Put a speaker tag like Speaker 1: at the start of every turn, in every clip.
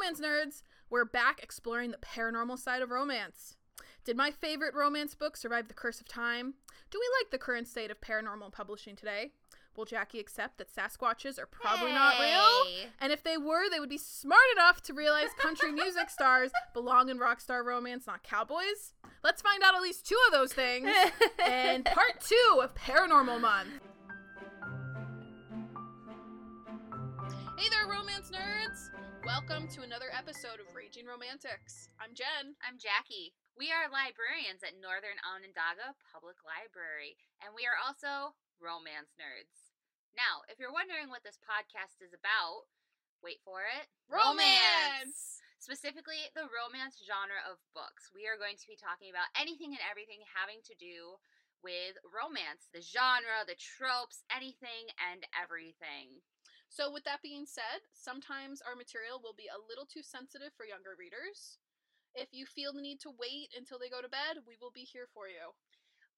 Speaker 1: romance nerds, we're back exploring the paranormal side of romance. Did my favorite romance book survive the curse of time? Do we like the current state of paranormal publishing today? Will Jackie accept that Sasquatches are probably not real?
Speaker 2: Hey.
Speaker 1: And if they were, they would be smart enough to realize country music stars belong in rock star romance, not cowboys? Let's find out at least two of those things in part two of Paranormal Month. Hey there, romance nerds! Welcome to another episode of Raging Romantics. I'm Jen.
Speaker 2: I'm Jackie. We are librarians at Northern Onondaga Public Library, and we are also romance nerds. Now, if you're wondering what this podcast is about, wait for it. Specifically, the romance genre of books. We are going to be talking about anything and everything having to do with romance, the genre, the tropes, anything and everything.
Speaker 1: So, with that being said, sometimes our material will be a little too sensitive for younger readers. If you feel the need to wait until they go to bed, we will be here for you.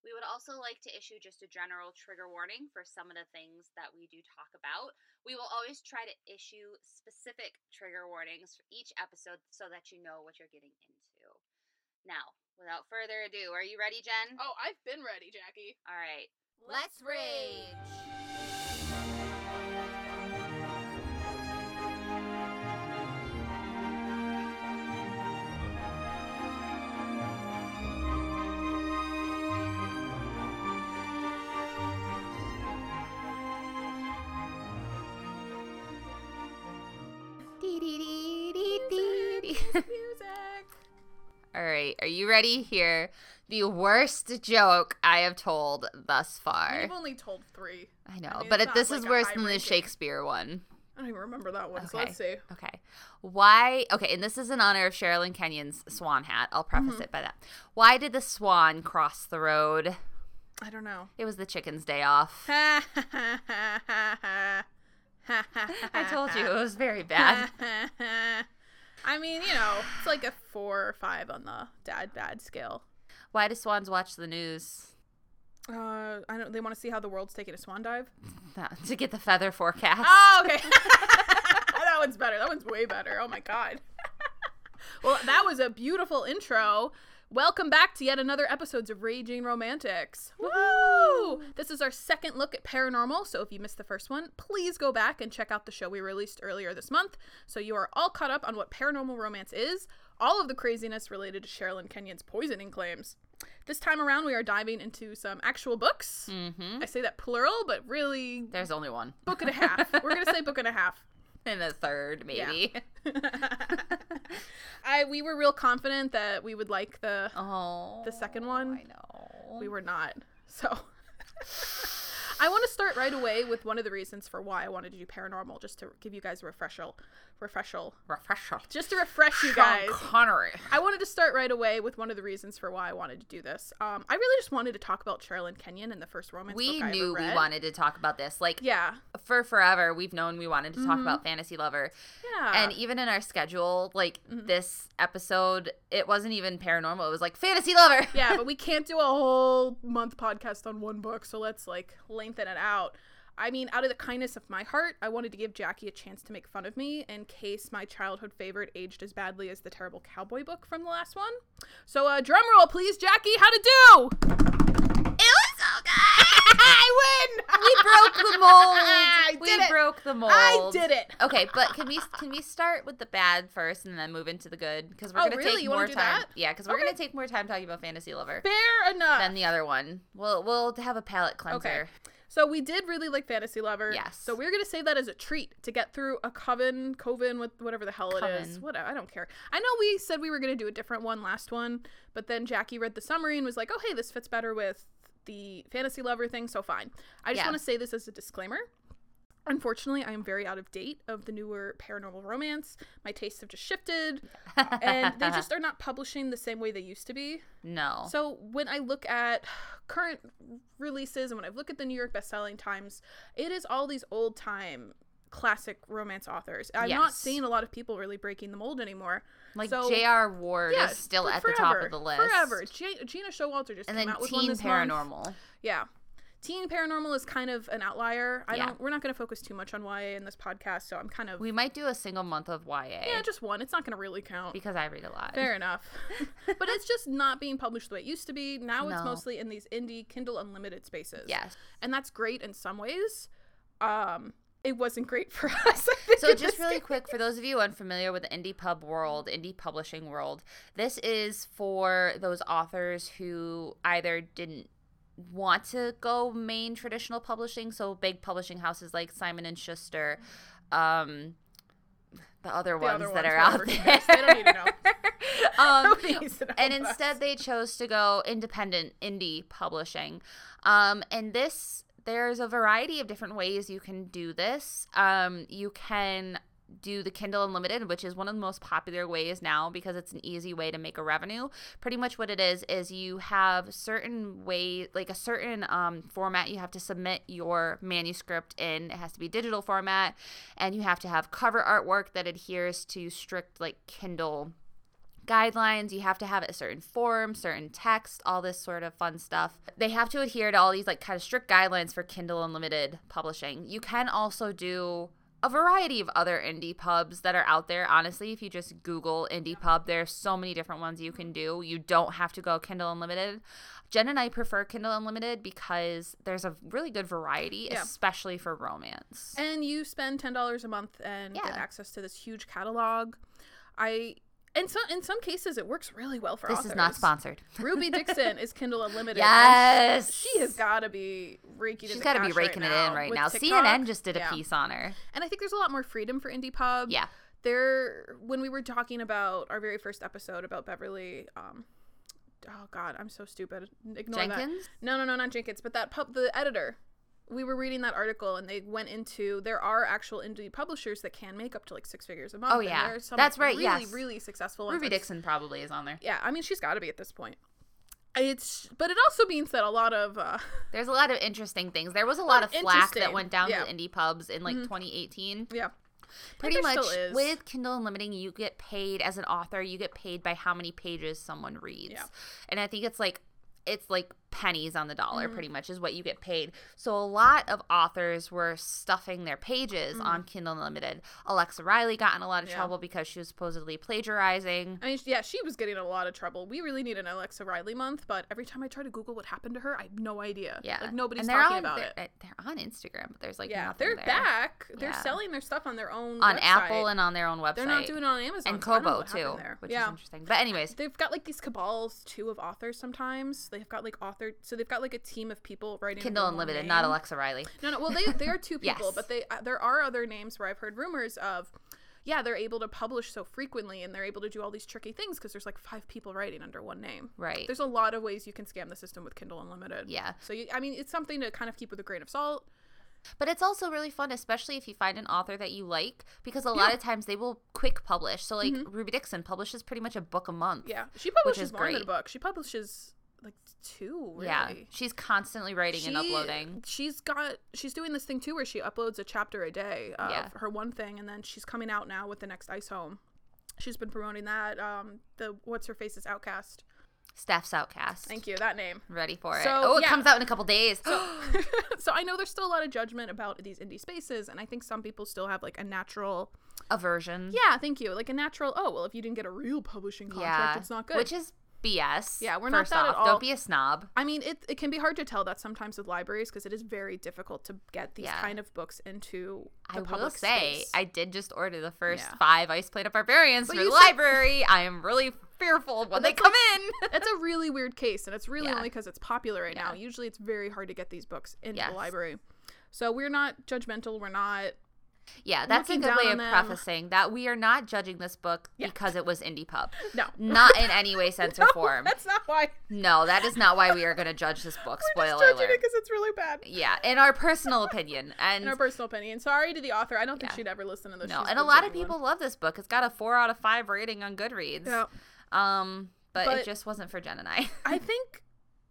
Speaker 2: We would also like to issue just a general trigger warning for some of the things that we do talk about. We will always try to issue specific trigger warnings for each episode so that you know what you're getting into. Now, without further ado, are you ready, Jen?
Speaker 1: Oh, I've been ready, Jackie.
Speaker 2: All right.
Speaker 3: Let's rage.
Speaker 1: Music.
Speaker 3: All right, are you ready? Here, the worst joke I have told thus far.
Speaker 1: We've only told three.
Speaker 3: I know,
Speaker 1: mean,
Speaker 3: but
Speaker 1: it's
Speaker 3: it, this
Speaker 1: not
Speaker 3: is
Speaker 1: like a
Speaker 3: worse
Speaker 1: high
Speaker 3: than the
Speaker 1: ranking.
Speaker 3: Shakespeare one.
Speaker 1: I don't even remember that one, so
Speaker 3: Okay.
Speaker 1: let's see.
Speaker 3: Okay. Why? Okay, and this is in honor of Sherilyn Kenyon's swan hat. I'll preface
Speaker 1: Mm-hmm.
Speaker 3: it by that. Why did the swan cross the road?
Speaker 1: I don't know.
Speaker 3: It was the chicken's day off. I
Speaker 1: I
Speaker 3: told you it was very bad.
Speaker 1: I mean, you know, it's like a four or five on the dad bad scale.
Speaker 3: Why do swans watch the news?
Speaker 1: Uh, I don't. They want to see how the world's taking a swan dive.
Speaker 3: That- To get the feather forecast.
Speaker 1: Oh, okay. that one's better. That one's way better. Oh my god. well, that was a beautiful intro. Welcome back to yet another episodes of Raging Romantics. Woo! This is our second look at paranormal, so if you missed the first one, please go back and check out the show we released earlier this month so you are all caught up on what paranormal romance is, all of the craziness related to Sherilyn Kenyon's poisoning claims. This time around, we are diving into some actual books.
Speaker 3: Mm-hmm.
Speaker 1: I say that plural, but really
Speaker 3: There's only one.
Speaker 1: book and a half. We're gonna say book and a half.
Speaker 3: And a third, maybe.
Speaker 1: I we were real confident that we would like the
Speaker 3: Oh.
Speaker 1: The second one?
Speaker 3: I know.
Speaker 1: we were not. So I want to start right away with one of the reasons for why I wanted to do paranormal, just to give you guys a refreshal, refreshal,
Speaker 3: refresher.
Speaker 1: just to refresh
Speaker 3: Oh,
Speaker 1: you guys.
Speaker 3: Connery.
Speaker 1: I wanted to start right away with one of the reasons for why I wanted to do this. Um, I really just wanted to talk about Sherilyn Kenyon and the first romance
Speaker 3: We
Speaker 1: book I ever
Speaker 3: knew we
Speaker 1: read.
Speaker 3: wanted to talk about this. Like
Speaker 1: Yeah,
Speaker 3: for forever, we've known we wanted to talk
Speaker 1: Mhm.
Speaker 3: about Fantasy Lover.
Speaker 1: yeah,
Speaker 3: and even in our schedule, like
Speaker 1: Mhm.
Speaker 3: this episode, it wasn't even paranormal. It was like fantasy lover.
Speaker 1: yeah, but we can't do a whole month podcast on one book, so let's like lengthen it out. I mean, out of the kindness of my heart, I wanted to give Jackie a chance to make fun of me in case my childhood favorite aged as badly as the terrible cowboy book from the last one. So, uh, drum roll, please, Jackie. How to do?
Speaker 3: It was so good.
Speaker 1: I win.
Speaker 3: we broke the mold.
Speaker 1: I
Speaker 3: we
Speaker 1: did it.
Speaker 3: broke the mold.
Speaker 1: I did it.
Speaker 3: Okay, but can we can we start with the bad first and then move into the good? Because we're
Speaker 1: Oh,
Speaker 3: gonna
Speaker 1: really?
Speaker 3: take
Speaker 1: You wanna
Speaker 3: more
Speaker 1: do
Speaker 3: time.
Speaker 1: that?
Speaker 3: Yeah, because we're
Speaker 1: Okay.
Speaker 3: gonna take more time talking about fantasy lover
Speaker 1: Fair enough.
Speaker 3: than the other one. We'll we'll have a palate cleanser.
Speaker 1: So we did really like Fantasy Lover.
Speaker 3: Yes.
Speaker 1: So we're gonna save that as a treat to get through a coven, coven with whatever the hell it is.
Speaker 3: Coven.
Speaker 1: What I don't care. I know we said we were gonna do a different one last one, but then Jackie read the summary and was like, "Oh, hey, this fits better with the Fantasy Lover thing." So fine. I just
Speaker 3: Yeah.
Speaker 1: want to say this as a disclaimer. Unfortunately, I am very out of date of the newer paranormal romance. My tastes have just shifted, and they just are not publishing the same way they used to be.
Speaker 3: no.
Speaker 1: So when I look at current releases and when I look at the New York best-selling times, it is all these old time classic romance authors. I'm not
Speaker 3: Yes.
Speaker 1: seeing a lot of people really breaking the mold anymore.
Speaker 3: like
Speaker 1: so-
Speaker 3: J.R. Ward
Speaker 1: Yeah,
Speaker 3: is still
Speaker 1: for
Speaker 3: at the top
Speaker 1: forever,
Speaker 3: of the list.
Speaker 1: Forever. G- Gina Showalter just
Speaker 3: And
Speaker 1: came
Speaker 3: then
Speaker 1: out with one
Speaker 3: Teen
Speaker 1: this month.
Speaker 3: Paranormal.
Speaker 1: Yeah. Teen Paranormal is kind of an outlier. I
Speaker 3: Yeah.
Speaker 1: don't. We're not going to focus too much on YA in this podcast, so I'm kind of
Speaker 3: We might do a single month of YA
Speaker 1: yeah, just one. It's not going to really count.
Speaker 3: because I read a lot.
Speaker 1: Fair enough. but it's just not being published the way it used to be. Now it's
Speaker 3: No.
Speaker 1: mostly in these indie Kindle Unlimited spaces.
Speaker 3: Yes.
Speaker 1: And that's great in some ways. Um, it wasn't great for us. I think,
Speaker 3: So
Speaker 1: in
Speaker 3: just
Speaker 1: this
Speaker 3: really
Speaker 1: case.
Speaker 3: quick for those of you unfamiliar with the indie pub world, indie publishing world, this is for those authors who either didn't want to go main traditional publishing, so big publishing houses like Simon and Schuster, um, the other
Speaker 1: The
Speaker 3: ones
Speaker 1: other
Speaker 3: that
Speaker 1: ones,
Speaker 3: are out
Speaker 1: whatever.
Speaker 3: there.
Speaker 1: They don't need to know.
Speaker 3: um,
Speaker 1: Nobody needs to know
Speaker 3: and
Speaker 1: about us.
Speaker 3: instead they chose to go independent indie publishing um, and this there's a variety of different ways you can do this um, you can do the kindle unlimited which is one of the most popular ways now because it's an easy way to make a revenue pretty much what it is is you have certain way like a certain um, format you have to submit your manuscript in it has to be digital format and you have to have cover artwork that adheres to strict like kindle guidelines. You have to have a certain form, certain text, all this sort of fun stuff. They have to adhere to all these like kind of strict guidelines for Kindle Unlimited publishing. You can also do a variety of other indie pubs that are out there. Honestly, if you just Google indie pub, there are so many different ones you can do. You don't have to go Kindle Unlimited. Jen and I prefer Kindle Unlimited because there's a really good variety,
Speaker 1: Yeah.
Speaker 3: especially for romance.
Speaker 1: and you spend ten dollars a month and
Speaker 3: Yeah.
Speaker 1: get access to this huge catalog. I in some in some cases it works really well for
Speaker 3: this
Speaker 1: authors.
Speaker 3: is not sponsored.
Speaker 1: Ruby Dixon is Kindle Unlimited. and
Speaker 3: Yes.
Speaker 1: she has got to be raking.
Speaker 3: She's
Speaker 1: got to
Speaker 3: be raking it in right now. CNN just did a piece on her.
Speaker 1: and I think there's a lot more freedom for indie pub.
Speaker 3: Yeah.
Speaker 1: there when we were talking about our very first episode about Beverly. Um, oh God, I'm so stupid. Ignore that.
Speaker 3: Jenkins?
Speaker 1: No, no, no, not Jenkins, but that pub, the editor. We were reading that article, and they went into there are actual indie publishers that can make up to like six figures a month.
Speaker 3: Oh,
Speaker 1: and
Speaker 3: yeah.
Speaker 1: there are some,
Speaker 3: That's
Speaker 1: like,
Speaker 3: right,
Speaker 1: Really,
Speaker 3: yes.
Speaker 1: really successful. ones.
Speaker 3: Ruby
Speaker 1: Like,
Speaker 3: Dixon probably is on there.
Speaker 1: Yeah, I mean, she's got to be at this point. It's, but it also means that a lot of uh,
Speaker 3: There's a lot of interesting things. There was a lot of flack that
Speaker 1: Oh, interesting,
Speaker 3: went down
Speaker 1: yeah.
Speaker 3: to indie pubs in like 2018.
Speaker 1: yeah,
Speaker 3: Pretty
Speaker 1: there
Speaker 3: much
Speaker 1: still is.
Speaker 3: with Kindle Unlimited, you get paid as an author. You get paid by how many pages someone reads,
Speaker 1: Yeah.
Speaker 3: and I think it's like it's like pennies on the dollar
Speaker 1: Mm-hmm.
Speaker 3: pretty much is what you get paid so a lot of authors were stuffing their pages on kindle unlimited alexa riley got in a lot of
Speaker 1: Mm-hmm. Yeah.
Speaker 3: trouble because she was supposedly plagiarizing
Speaker 1: I mean, yeah, she was getting in a lot of trouble. We really need an Alexa Riley month, but every time I try to Google what happened to her, I have no idea.
Speaker 3: yeah
Speaker 1: like nobody's
Speaker 3: And they're
Speaker 1: talking
Speaker 3: on-
Speaker 1: about
Speaker 3: they're,
Speaker 1: it.
Speaker 3: they're on instagram but there's like
Speaker 1: yeah,
Speaker 3: nothing
Speaker 1: they're
Speaker 3: there.
Speaker 1: back. They're
Speaker 3: Yeah.
Speaker 1: selling their stuff on their own website.
Speaker 3: on Apple and on their own website.
Speaker 1: They're not doing it on Amazon.
Speaker 3: and
Speaker 1: so I don't know
Speaker 3: Kobo
Speaker 1: what happened
Speaker 3: too,
Speaker 1: there.
Speaker 3: which
Speaker 1: yeah.
Speaker 3: is interesting. But anyways,
Speaker 1: They've got like these cabals too of authors sometimes. They've got like author so they've got like a team of people writing under
Speaker 3: Kindle
Speaker 1: one
Speaker 3: Unlimited,
Speaker 1: name.
Speaker 3: not Alexa Riley.
Speaker 1: No, no. Well, they they are two
Speaker 3: Yes.
Speaker 1: people, but they uh, there are other names where I've heard rumors of yeah, they're able to publish so frequently and they're able to do all these tricky things because there's like five people writing under one name.
Speaker 3: Right.
Speaker 1: There's a lot of ways you can scam the system with Kindle Unlimited.
Speaker 3: Yeah.
Speaker 1: So you, I mean, it's something to kind of keep with a grain of salt.
Speaker 3: But it's also really fun, especially if you find an author that you like, because a lot
Speaker 1: Yeah. Mm-hmm.
Speaker 3: of times they will quick publish. So like Ruby Dixon publishes pretty much a book a month.
Speaker 1: Yeah. She publishes
Speaker 3: is
Speaker 1: more than a
Speaker 3: great.
Speaker 1: book. She publishes like two. Really.
Speaker 3: Yeah. She's constantly writing and
Speaker 1: She-
Speaker 3: uploading.
Speaker 1: She's got she's doing this thing too where she uploads a chapter a day of
Speaker 3: Yeah.
Speaker 1: her one thing, and then she's coming out now with the next Ice Home. She's been promoting that. Um, the what's her face is Outcast.
Speaker 3: Staff's outcast.
Speaker 1: Thank you. That name.
Speaker 3: Ready for it.
Speaker 1: So,
Speaker 3: oh, it
Speaker 1: yeah.
Speaker 3: comes out in a couple days.
Speaker 1: so I know there's still a lot of judgment about these indie spaces, and I think some people still have like a natural.
Speaker 3: Aversion.
Speaker 1: Yeah, thank you. Like a natural. Oh well, if you didn't get a real publishing contract,
Speaker 3: Yeah.
Speaker 1: it's not good.
Speaker 3: Which is BS.
Speaker 1: Yeah, we're not
Speaker 3: first
Speaker 1: that at
Speaker 3: off.
Speaker 1: all.
Speaker 3: Don't be a snob.
Speaker 1: I mean, it, it can be hard to tell that sometimes with libraries because it is very difficult to get these
Speaker 3: Yeah.
Speaker 1: kind of books into the
Speaker 3: I will
Speaker 1: public
Speaker 3: say
Speaker 1: space.
Speaker 3: I did just order the first
Speaker 1: Yeah.
Speaker 3: five Ice Plate Up Barbarians
Speaker 1: But
Speaker 3: for
Speaker 1: you
Speaker 3: the
Speaker 1: said-
Speaker 3: library. I am really fearful of when they come in.
Speaker 1: That's a really weird case, and it's really
Speaker 3: Yeah.
Speaker 1: only because it's popular right now.
Speaker 3: Yeah.
Speaker 1: Usually, it's very hard to get these books into
Speaker 3: Yes.
Speaker 1: the library. So we're not judgmental. We're not.
Speaker 3: yeah, that's a
Speaker 1: Looking
Speaker 3: good
Speaker 1: down
Speaker 3: way
Speaker 1: on
Speaker 3: of
Speaker 1: them.
Speaker 3: prefacing that we are not judging this book
Speaker 1: Yeah.
Speaker 3: because it was indie pub.
Speaker 1: No.
Speaker 3: Not in any way, sense, or form.
Speaker 1: That's not why.
Speaker 3: No, that is not why we are going to judge this book.
Speaker 1: We're just
Speaker 3: Spoiler
Speaker 1: judging it
Speaker 3: alert.
Speaker 1: because it's really bad.
Speaker 3: Yeah, in our personal opinion, and
Speaker 1: In our personal opinion. Sorry to the author. I don't think
Speaker 3: Yeah.
Speaker 1: she'd ever listen to this.
Speaker 3: no,
Speaker 1: She's
Speaker 3: and a
Speaker 1: been
Speaker 3: lot of
Speaker 1: saying one.
Speaker 3: people love this book. It's got a four out of five rating on Goodreads.
Speaker 1: Yeah.
Speaker 3: Um, but,
Speaker 1: But-
Speaker 3: it just wasn't for Jen and I.
Speaker 1: I think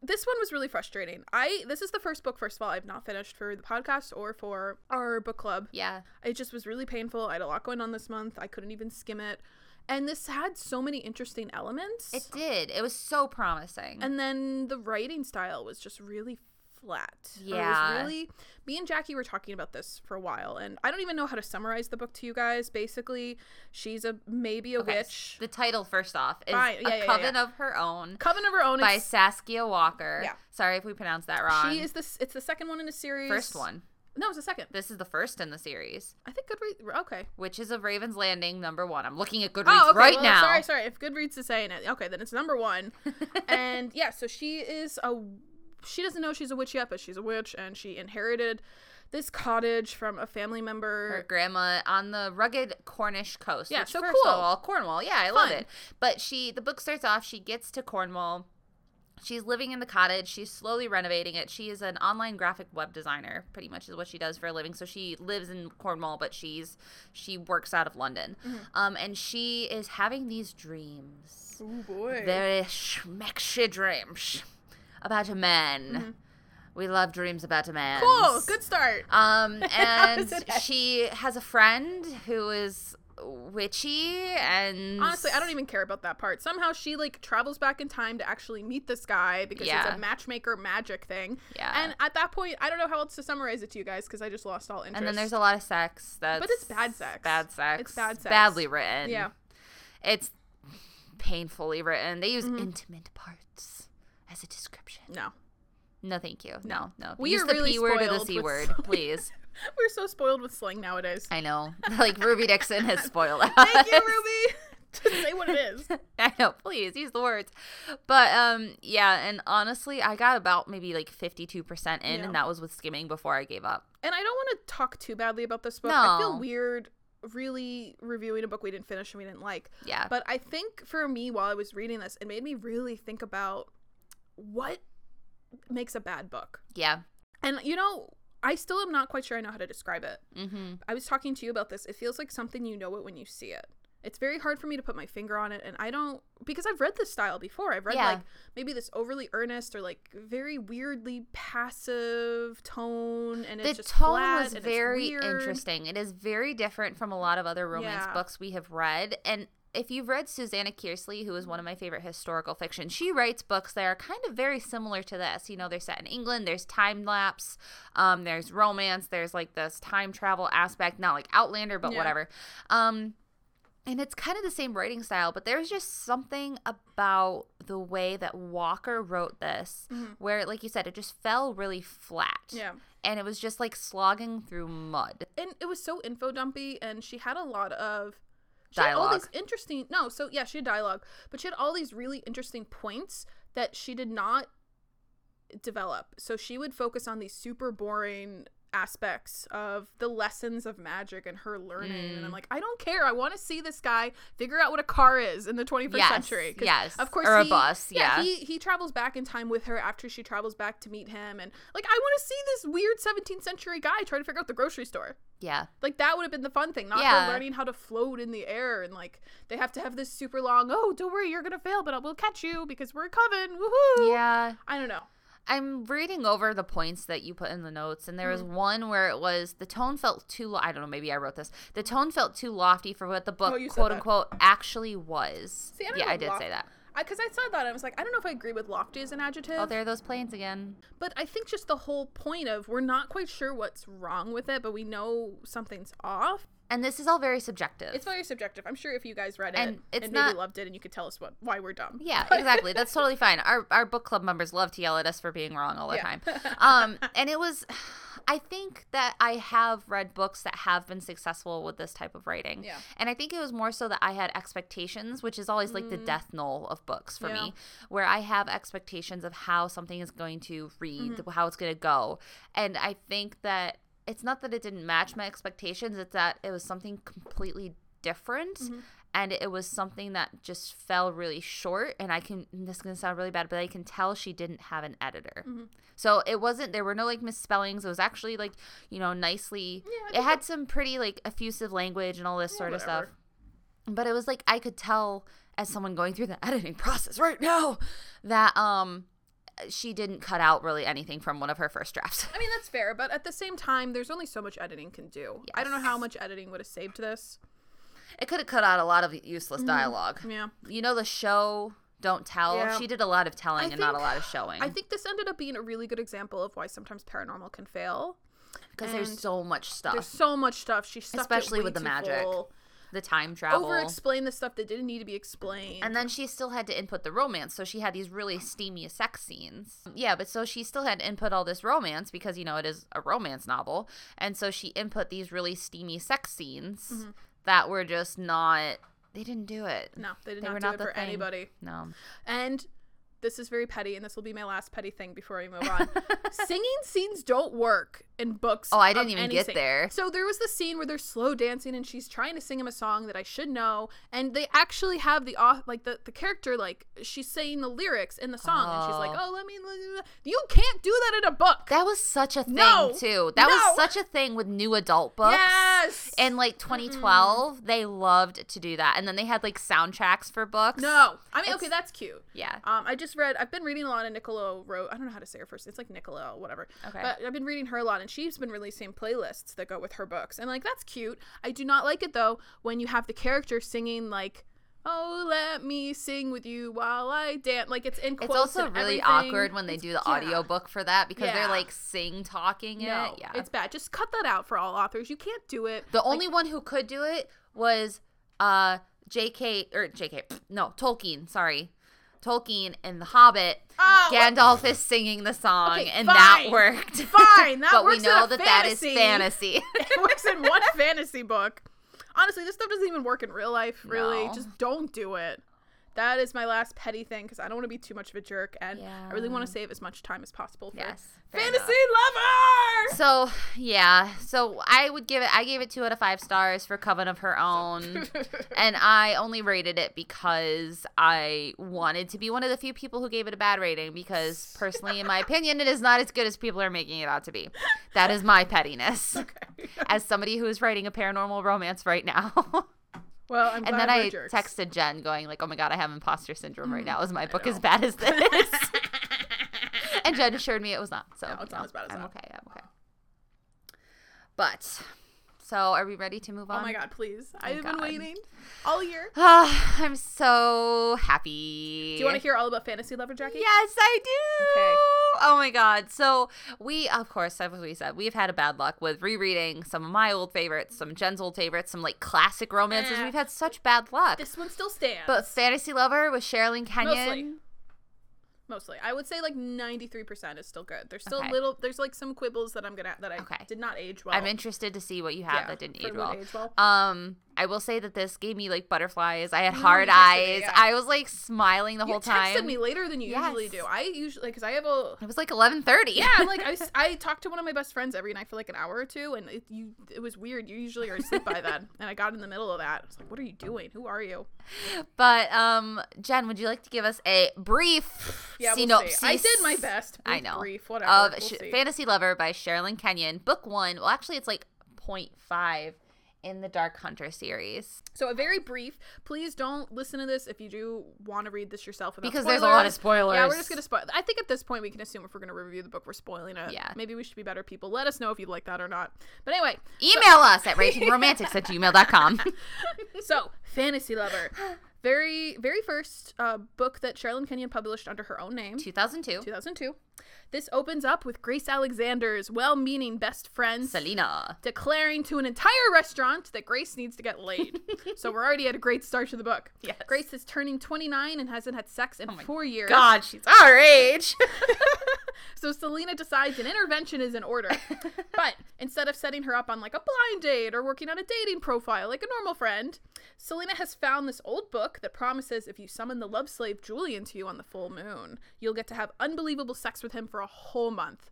Speaker 1: this one was really frustrating. I this is the first book, first of all, I've not finished for the podcast or for our book club.
Speaker 3: yeah,
Speaker 1: It just was really painful. I had a lot going on this month. I couldn't even skim it. And this had so many interesting elements.
Speaker 3: it did. It was so promising.
Speaker 1: and then the writing style was just really flat. Or it was
Speaker 3: Yeah.
Speaker 1: really. Me and Jackie were talking about this for a while, and I don't even know how to summarize the book to you guys. Basically, she's a maybe a
Speaker 3: Okay,
Speaker 1: witch.
Speaker 3: The title, first off, is
Speaker 1: Fine, yeah,
Speaker 3: A
Speaker 1: yeah, yeah,
Speaker 3: Coven of Her Own
Speaker 1: Coven of her own.
Speaker 3: by
Speaker 1: is-
Speaker 3: Saskia Walker.
Speaker 1: Yeah.
Speaker 3: Sorry if we pronounced that wrong.
Speaker 1: She is this. It's the second one in a series.
Speaker 3: first one.
Speaker 1: No, it's the second.
Speaker 3: This is the first in the series,
Speaker 1: I think Goodreads. Okay.
Speaker 3: Witches of Raven's Landing, number one. I'm looking at Goodreads
Speaker 1: Oh, okay.
Speaker 3: right
Speaker 1: well,
Speaker 3: now.
Speaker 1: Sorry, sorry. If Goodreads is saying it, okay, then it's number one. and yeah, so she is a. She doesn't know she's a witch yet, but she's a witch, and she inherited this cottage from a family
Speaker 3: her
Speaker 1: member.
Speaker 3: grandma on the rugged Cornish coast.
Speaker 1: Yeah,
Speaker 3: which,
Speaker 1: so
Speaker 3: first Of
Speaker 1: cool.
Speaker 3: all, Cornwall. Yeah, I love
Speaker 1: Fun.
Speaker 3: it. But she, the book starts off. She gets to Cornwall. She's living in the cottage. She's slowly renovating it. She is an online graphic web designer. Pretty much is what she does for a living. So she lives in Cornwall, but she's she works out of London.
Speaker 1: Mhm.
Speaker 3: Um, and she is having these dreams.
Speaker 1: Oh boy.
Speaker 3: Very schmeckshy dreams about a man. We love dreams about a man.
Speaker 1: Mm-hmm. Cool. Good start.
Speaker 3: Um,
Speaker 1: How does
Speaker 3: and
Speaker 1: it end?
Speaker 3: she has a friend who is witchy and
Speaker 1: Honestly, I don't even care about that part. Somehow she like travels back in time to actually meet this guy because it's
Speaker 3: Yeah.
Speaker 1: a matchmaker magic thing.
Speaker 3: Yeah.
Speaker 1: And at that point, I don't know how else to summarize it to you guys because I just lost all interest.
Speaker 3: And then there's a lot of sex. That's
Speaker 1: it's bad sex.
Speaker 3: Bad sex.
Speaker 1: It's bad sex.
Speaker 3: Badly written.
Speaker 1: Yeah.
Speaker 3: It's painfully written. They use
Speaker 1: Mhm.
Speaker 3: intimate parts as a description.
Speaker 1: no.
Speaker 3: No, thank you. No, no.
Speaker 1: We
Speaker 3: use
Speaker 1: are
Speaker 3: the
Speaker 1: really
Speaker 3: p word or the
Speaker 1: spoiled
Speaker 3: c
Speaker 1: with
Speaker 3: word,
Speaker 1: slang.
Speaker 3: please.
Speaker 1: We're so spoiled with slang nowadays.
Speaker 3: I know. Like Ruby Dixon has spoiled.
Speaker 1: Thank you,
Speaker 3: us.
Speaker 1: Ruby. Just say what it is.
Speaker 3: I know, please use the words. But um yeah, and honestly, I got about maybe like 52% in
Speaker 1: Yeah.
Speaker 3: and that was with skimming before I gave up.
Speaker 1: And I don't want to talk too badly about this book. I feel
Speaker 3: No.
Speaker 1: weird really reviewing a book we didn't finish and we didn't like.
Speaker 3: Yeah.
Speaker 1: But I think for me, while I was reading this, it made me really think about what makes a bad book.
Speaker 3: yeah.
Speaker 1: And, you know, I still am not quite sure I know how to describe it.
Speaker 3: Mhm.
Speaker 1: I was talking to you about this. It feels like something you know it when you see it. It's very hard for me to put my finger on it, and I don't because I've read this style before. I've read
Speaker 3: Yeah.
Speaker 1: like maybe this overly earnest or like very weirdly passive tone, and
Speaker 3: The
Speaker 1: it's just
Speaker 3: tone
Speaker 1: flat
Speaker 3: was
Speaker 1: and it's
Speaker 3: very
Speaker 1: weird.
Speaker 3: interesting. It is very different from a lot of other romance
Speaker 1: Yeah.
Speaker 3: books we have read and if you've read Susanna Kearsley, who is one of my favorite historical fiction, she writes books that are kind of very similar to this. You know, they're set in England, there's time lapse, um, there's romance, there's like this time travel aspect, not like Outlander, but
Speaker 1: Yeah.
Speaker 3: whatever. Um, and it's kind of the same writing style, but there's just something about the way that Walker wrote this
Speaker 1: Mhm.
Speaker 3: where, like you said, it just fell really flat.
Speaker 1: Yeah,
Speaker 3: And it was just like slogging through mud.
Speaker 1: and it was so info dumpy, and she had a lot of she Had all
Speaker 3: Dialogue.
Speaker 1: these interesting no, so yeah, she had dialogue, but she had all these really interesting points that she did not develop. So she would focus on these super boring aspects of the lessons of magic and her learning and I'm
Speaker 3: Mm.
Speaker 1: like I don't care I want to see this guy figure out what a car is in the 21st
Speaker 3: Yes,
Speaker 1: century 'Cause
Speaker 3: yes.
Speaker 1: of course
Speaker 3: Or a
Speaker 1: he-
Speaker 3: bus, yeah.
Speaker 1: he he travels back in time with her after she travels back to meet him and like I want to see this weird 17th century guy try to figure out the grocery store
Speaker 3: Yeah.
Speaker 1: like that would have been the fun thing, not
Speaker 3: Yeah.
Speaker 1: her learning how to float in the air and like they have to have this super long. Oh, don't worry, you're gonna fail, but we'll catch you because we're a coven. Woohoo!
Speaker 3: Yeah.
Speaker 1: I don't know.
Speaker 3: I'm reading over the points that you put in the notes, and there was
Speaker 1: Mm-hmm.
Speaker 3: one where it was the tone felt too. Lo- I don't know. Maybe I wrote this. The tone felt too lofty for what the book,
Speaker 1: Oh, you said
Speaker 3: quote
Speaker 1: that.
Speaker 3: unquote, actually was.
Speaker 1: See, I don't
Speaker 3: yeah,
Speaker 1: know
Speaker 3: I did
Speaker 1: lof-
Speaker 3: say that.
Speaker 1: Because I, saw that and I was like, I don't know if I agree with lofty as an adjective,
Speaker 3: Oh, there are those planes again.
Speaker 1: but I think just the whole point of we're not quite sure what's wrong with it, but we know something's off.
Speaker 3: And this is all very subjective.
Speaker 1: It's very subjective. I'm sure if you guys read it
Speaker 3: And
Speaker 1: and,
Speaker 3: it's
Speaker 1: maybe
Speaker 3: not-
Speaker 1: loved it, and you could tell us what why we're dumb.
Speaker 3: Yeah, exactly. That's totally fine. Our our book club members love to yell at us for being wrong all the
Speaker 1: Yeah.
Speaker 3: time. Um, and it was, I think that I have read books that have been successful with this type of writing.
Speaker 1: Yeah.
Speaker 3: And I think it was more so that I had expectations, which is always like the
Speaker 1: Mm.
Speaker 3: death knoll of books for
Speaker 1: Yeah.
Speaker 3: me, where I have expectations of how something is going to read,
Speaker 1: Mm-hmm.
Speaker 3: how it's going to go, and I think that it's not that it didn't match my expectations; it's that it was something completely different
Speaker 1: Mm-hmm.
Speaker 3: and it was something that just fell really short and i can and this is going to sound really bad but i can tell she didn't have an editor
Speaker 1: Mhm.
Speaker 3: so it wasn't there were no like misspellings it was actually like you know nicely
Speaker 1: Yeah, I
Speaker 3: it
Speaker 1: think
Speaker 3: had some pretty like effusive language and all this
Speaker 1: Yeah,
Speaker 3: sort of
Speaker 1: whatever.
Speaker 3: stuff but it was like i could tell as someone going through the editing process right now that um she didn't cut out really anything from one of her first drafts
Speaker 1: I mean that's fair, but at the same time, there's only so much editing can do. I don't know how much editing would have saved this. Mm-hmm.
Speaker 3: it could have cut out a lot of useless dialogue
Speaker 1: Yeah.
Speaker 3: you know the show don't tell.
Speaker 1: Yeah.
Speaker 3: She did a lot of telling
Speaker 1: I
Speaker 3: and not a
Speaker 1: think-
Speaker 3: lot of showing.
Speaker 1: I think this ended up being a really good example of why sometimes paranormal can fail.
Speaker 3: because there's
Speaker 1: and
Speaker 3: so much
Speaker 1: There's
Speaker 3: stuff.
Speaker 1: so much stuff she stuffed, it
Speaker 3: Especially
Speaker 1: way
Speaker 3: with the
Speaker 1: too
Speaker 3: magic.
Speaker 1: full.
Speaker 3: the time travel.
Speaker 1: Over explain the stuff that didn't need to be explained.
Speaker 3: And then she still had to input the romance, so she had these really steamy sex scenes. Yeah, but so she still had to input all this romance because you know it is a romance novel, and so she input these really steamy sex scenes
Speaker 1: Mhm.
Speaker 3: that were just not. They didn't do it.
Speaker 1: no, they did
Speaker 3: they
Speaker 1: not
Speaker 3: were
Speaker 1: do
Speaker 3: not
Speaker 1: it
Speaker 3: the
Speaker 1: for
Speaker 3: thing.
Speaker 1: anybody.
Speaker 3: No.
Speaker 1: And this is very petty, and this will be my last petty thing before we move on. Singing scenes don't work in books.
Speaker 3: Oh, I
Speaker 1: of
Speaker 3: didn't even
Speaker 1: any
Speaker 3: get
Speaker 1: sing-
Speaker 3: there.
Speaker 1: So there was the scene where they're slow dancing, and she's trying to sing him a song that I should know, and they actually have the off like the the character like she's saying the lyrics in the song, and she's like,
Speaker 3: Oh.
Speaker 1: "Oh, let me." You can't do that in a book.
Speaker 3: That was such a thing
Speaker 1: No!
Speaker 3: too. That
Speaker 1: No!
Speaker 3: was such a thing with new adult books.
Speaker 1: Yes.
Speaker 3: In like 2012, they loved to do that, and then they had like soundtracks for books.
Speaker 1: no, I mean,
Speaker 3: It's-
Speaker 1: okay, that's cute.
Speaker 3: Yeah.
Speaker 1: Um, I just read. I've been reading a lot of Niccolo. Wrote. I don't know how to say her first. It's like Niccolo, whatever.
Speaker 3: Okay.
Speaker 1: But I've been reading her a lot, and she's been releasing playlists that go with her books, and like that's cute. I do not like it though when you have the character singing like, "Oh, let me sing with you while I dance." Like it's in quotes.
Speaker 3: It's also
Speaker 1: and
Speaker 3: really
Speaker 1: everything.
Speaker 3: awkward when they
Speaker 1: It's-
Speaker 3: do the
Speaker 1: yeah.
Speaker 3: audiobook for that because
Speaker 1: Yeah.
Speaker 3: they're like sing talking it.
Speaker 1: No,
Speaker 3: yeah.
Speaker 1: it's bad. Just cut that out for all authors. You can't do it.
Speaker 3: the only one who could do it was uh JK or JK no, Tolkien, sorry. Tolkien in The Hobbit.
Speaker 1: Oh,
Speaker 3: Gandalf is singing the song
Speaker 1: Okay,
Speaker 3: and that
Speaker 1: fine.
Speaker 3: worked.
Speaker 1: Fine, that
Speaker 3: but
Speaker 1: works
Speaker 3: we
Speaker 1: in
Speaker 3: know
Speaker 1: a
Speaker 3: that that is
Speaker 1: fantasy.
Speaker 3: fantasy.
Speaker 1: it works in one fantasy book. Honestly, this stuff doesn't even work in real life, really.
Speaker 3: No.
Speaker 1: Just don't do it. That is my last petty thing because I don't want to be too much of a jerk and I really want to
Speaker 3: Yeah.
Speaker 1: save as much time as possible for
Speaker 3: yes. fair
Speaker 1: fantasy lover.
Speaker 3: enough. So yeah, so I would give it. I gave it two out of five stars for Coven of Her Own, and I only rated it because I wanted to be one of the few people who gave it a bad rating. Because personally, in my opinion, it is not as good as people are making it out to be. That is my pettiness
Speaker 1: okay.
Speaker 3: as somebody who is writing a paranormal romance right now.
Speaker 1: Well, I'm
Speaker 3: and
Speaker 1: glad
Speaker 3: then
Speaker 1: we're
Speaker 3: I
Speaker 1: jerks.
Speaker 3: texted Jen, going like, "Oh my god, I have imposter syndrome right
Speaker 1: Mhm.
Speaker 3: now. Is my book
Speaker 1: know.
Speaker 3: as bad as this?" and Jen assured me it was not. So
Speaker 1: No, it's not as bad as
Speaker 3: I'm
Speaker 1: that.
Speaker 3: okay. I'm okay. But so, are we ready to move
Speaker 1: Oh
Speaker 3: on?
Speaker 1: my god, please. I
Speaker 3: Oh
Speaker 1: have
Speaker 3: God.
Speaker 1: been waiting all year.
Speaker 3: Ah, I'm so happy.
Speaker 1: Do you want to hear all about fantasy lover, Jackie?
Speaker 3: Yes, I do.
Speaker 1: Okay.
Speaker 3: Oh my god. So we, of course, as we said, we've had a bad luck with rereading some of my old favorites, some Jen's old favorites, some like classic romances.
Speaker 1: Eh.
Speaker 3: We've had such bad luck.
Speaker 1: This one still stands.
Speaker 3: But Fantasy Lover with Sherilyn Kenyon.
Speaker 1: Mostly. mostly i would say like 93% is still good there's still
Speaker 3: Okay.
Speaker 1: little there's like some quibbles that i'm gonna that i
Speaker 3: Okay.
Speaker 1: did not age well
Speaker 3: I'm interested to see what you have
Speaker 1: Yeah,
Speaker 3: that didn't
Speaker 1: for
Speaker 3: age
Speaker 1: what
Speaker 3: well.
Speaker 1: age well.
Speaker 3: Um, I will say that this gave me like butterflies. I had
Speaker 1: You
Speaker 3: hard
Speaker 1: texted me,
Speaker 3: eyes.
Speaker 1: yeah.
Speaker 3: I was like smiling the
Speaker 1: you
Speaker 3: whole
Speaker 1: texted
Speaker 3: time.
Speaker 1: me later than you usually
Speaker 3: Yes.
Speaker 1: do i usually because i have a
Speaker 3: It was like 11:30.
Speaker 1: yeah I'm like I, s- I talk to one of my best friends every night for like an hour or two and it, you it was weird you usually are asleep by then and i got in the middle of that i was like what are you doing who are you
Speaker 3: but um, Jen, would you like to give us a brief
Speaker 1: yeah we'll
Speaker 3: synopsis?
Speaker 1: see. i did my best
Speaker 3: I
Speaker 1: brief,
Speaker 3: know.
Speaker 1: brief whatever
Speaker 3: of
Speaker 1: we'll
Speaker 3: Sh-
Speaker 1: see.
Speaker 3: Fantasy Lover by Sherilyn Kenyon, book one. Well, actually, it's like 0.5 in the Dark Hunter series
Speaker 1: so a very brief please don't listen to this if you do want to read this yourself without
Speaker 3: because there's a lot of
Speaker 1: spoilers.
Speaker 3: spoilers.
Speaker 1: Yeah, we're just gonna spoil. I think at this point we can assume if we're gonna review the book, we're spoiling it.
Speaker 3: Yeah.
Speaker 1: Maybe we should be better people. Let us know if you like that or not. But anyway,
Speaker 3: email us at ratingromantics at gmail.com.
Speaker 1: so fantasy lover, very very first uh, book that Sherilyn Kenyon published under her own name.
Speaker 3: 2002.
Speaker 1: 2002. This opens up with Grace Alexander's well meaning best friend,
Speaker 3: Selena.
Speaker 1: declaring to an entire restaurant that Grace needs to get laid. so we're already at a great start to the book.
Speaker 3: Yes.
Speaker 1: Grace is turning 29 and hasn't had sex in
Speaker 3: Oh my
Speaker 1: four years.
Speaker 3: God, she's our age.
Speaker 1: So Selena decides an intervention is in order. but instead of setting her up on like a blind date or working on a dating profile like a normal friend, Selena has found this old book that promises if you summon the love slave Julian to you on the full moon, you'll get to have unbelievable sex with him for a whole month.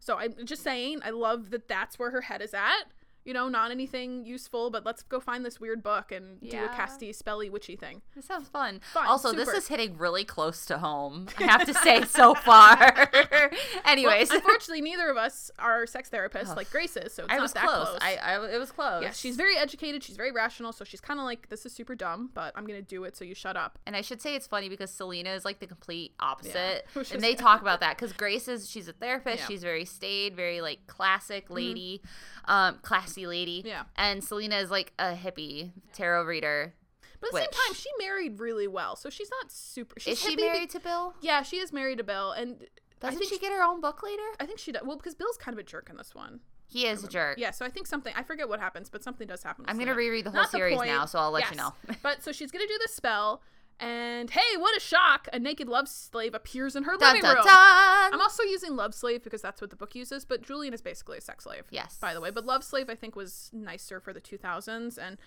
Speaker 1: So I'm just saying, I love that that's where her head is at. You know, not anything useful, but let's go find this weird book and do a
Speaker 3: Yeah.
Speaker 1: casty, spelly, witchy thing.
Speaker 3: This sounds fun.
Speaker 1: Fun,
Speaker 3: also,
Speaker 1: super.
Speaker 3: this is hitting really close to home. I have to say, so far.
Speaker 1: Well,
Speaker 3: Anyways,
Speaker 1: unfortunately, neither of us are sex therapists
Speaker 3: Oh.
Speaker 1: like Grace is, so it's
Speaker 3: I
Speaker 1: not
Speaker 3: was
Speaker 1: that
Speaker 3: close. I, I it was close.
Speaker 1: Yeah, she's very educated. She's very rational. So she's kind of like, this is super dumb, but I'm going to do it. So you shut up.
Speaker 3: And I should say it's funny because Selena is like the complete opposite.
Speaker 1: I was just
Speaker 3: And they
Speaker 1: gonna-
Speaker 3: talk about that because Grace is she's a therapist.
Speaker 1: Yeah. Mm-hmm.
Speaker 3: She's very staid, very like classic lady, um, classy lady.
Speaker 1: Yeah.
Speaker 3: And Selena is like a hippie tarot reader.
Speaker 1: But at the
Speaker 3: Which-
Speaker 1: same time, she married really well, so she's not super. She's
Speaker 3: Is she
Speaker 1: hippie be-
Speaker 3: married to Bill?
Speaker 1: yeah, she is married to Bill, and I
Speaker 3: Doesn't
Speaker 1: think
Speaker 3: she get her own book later?
Speaker 1: I think she does. Well, because Bill's kind of a jerk in this one.
Speaker 3: He is a jerk.
Speaker 1: Yeah, so I think something. I forget what happens, but something does happen. with
Speaker 3: I'm gonna
Speaker 1: Selena.
Speaker 3: reread the whole
Speaker 1: Not the
Speaker 3: series
Speaker 1: point.
Speaker 3: now, so I'll let
Speaker 1: Yes.
Speaker 3: you know.
Speaker 1: But so she's gonna do this spell, and hey, what a shock! A naked love slave appears in her
Speaker 3: Dun
Speaker 1: living
Speaker 3: dun
Speaker 1: room. I'm
Speaker 3: dun.
Speaker 1: also using love slave because that's what the book uses, but Julian is basically a sex slave.
Speaker 3: Yes.
Speaker 1: By the way, but love slave I think was nicer for the 2000s, and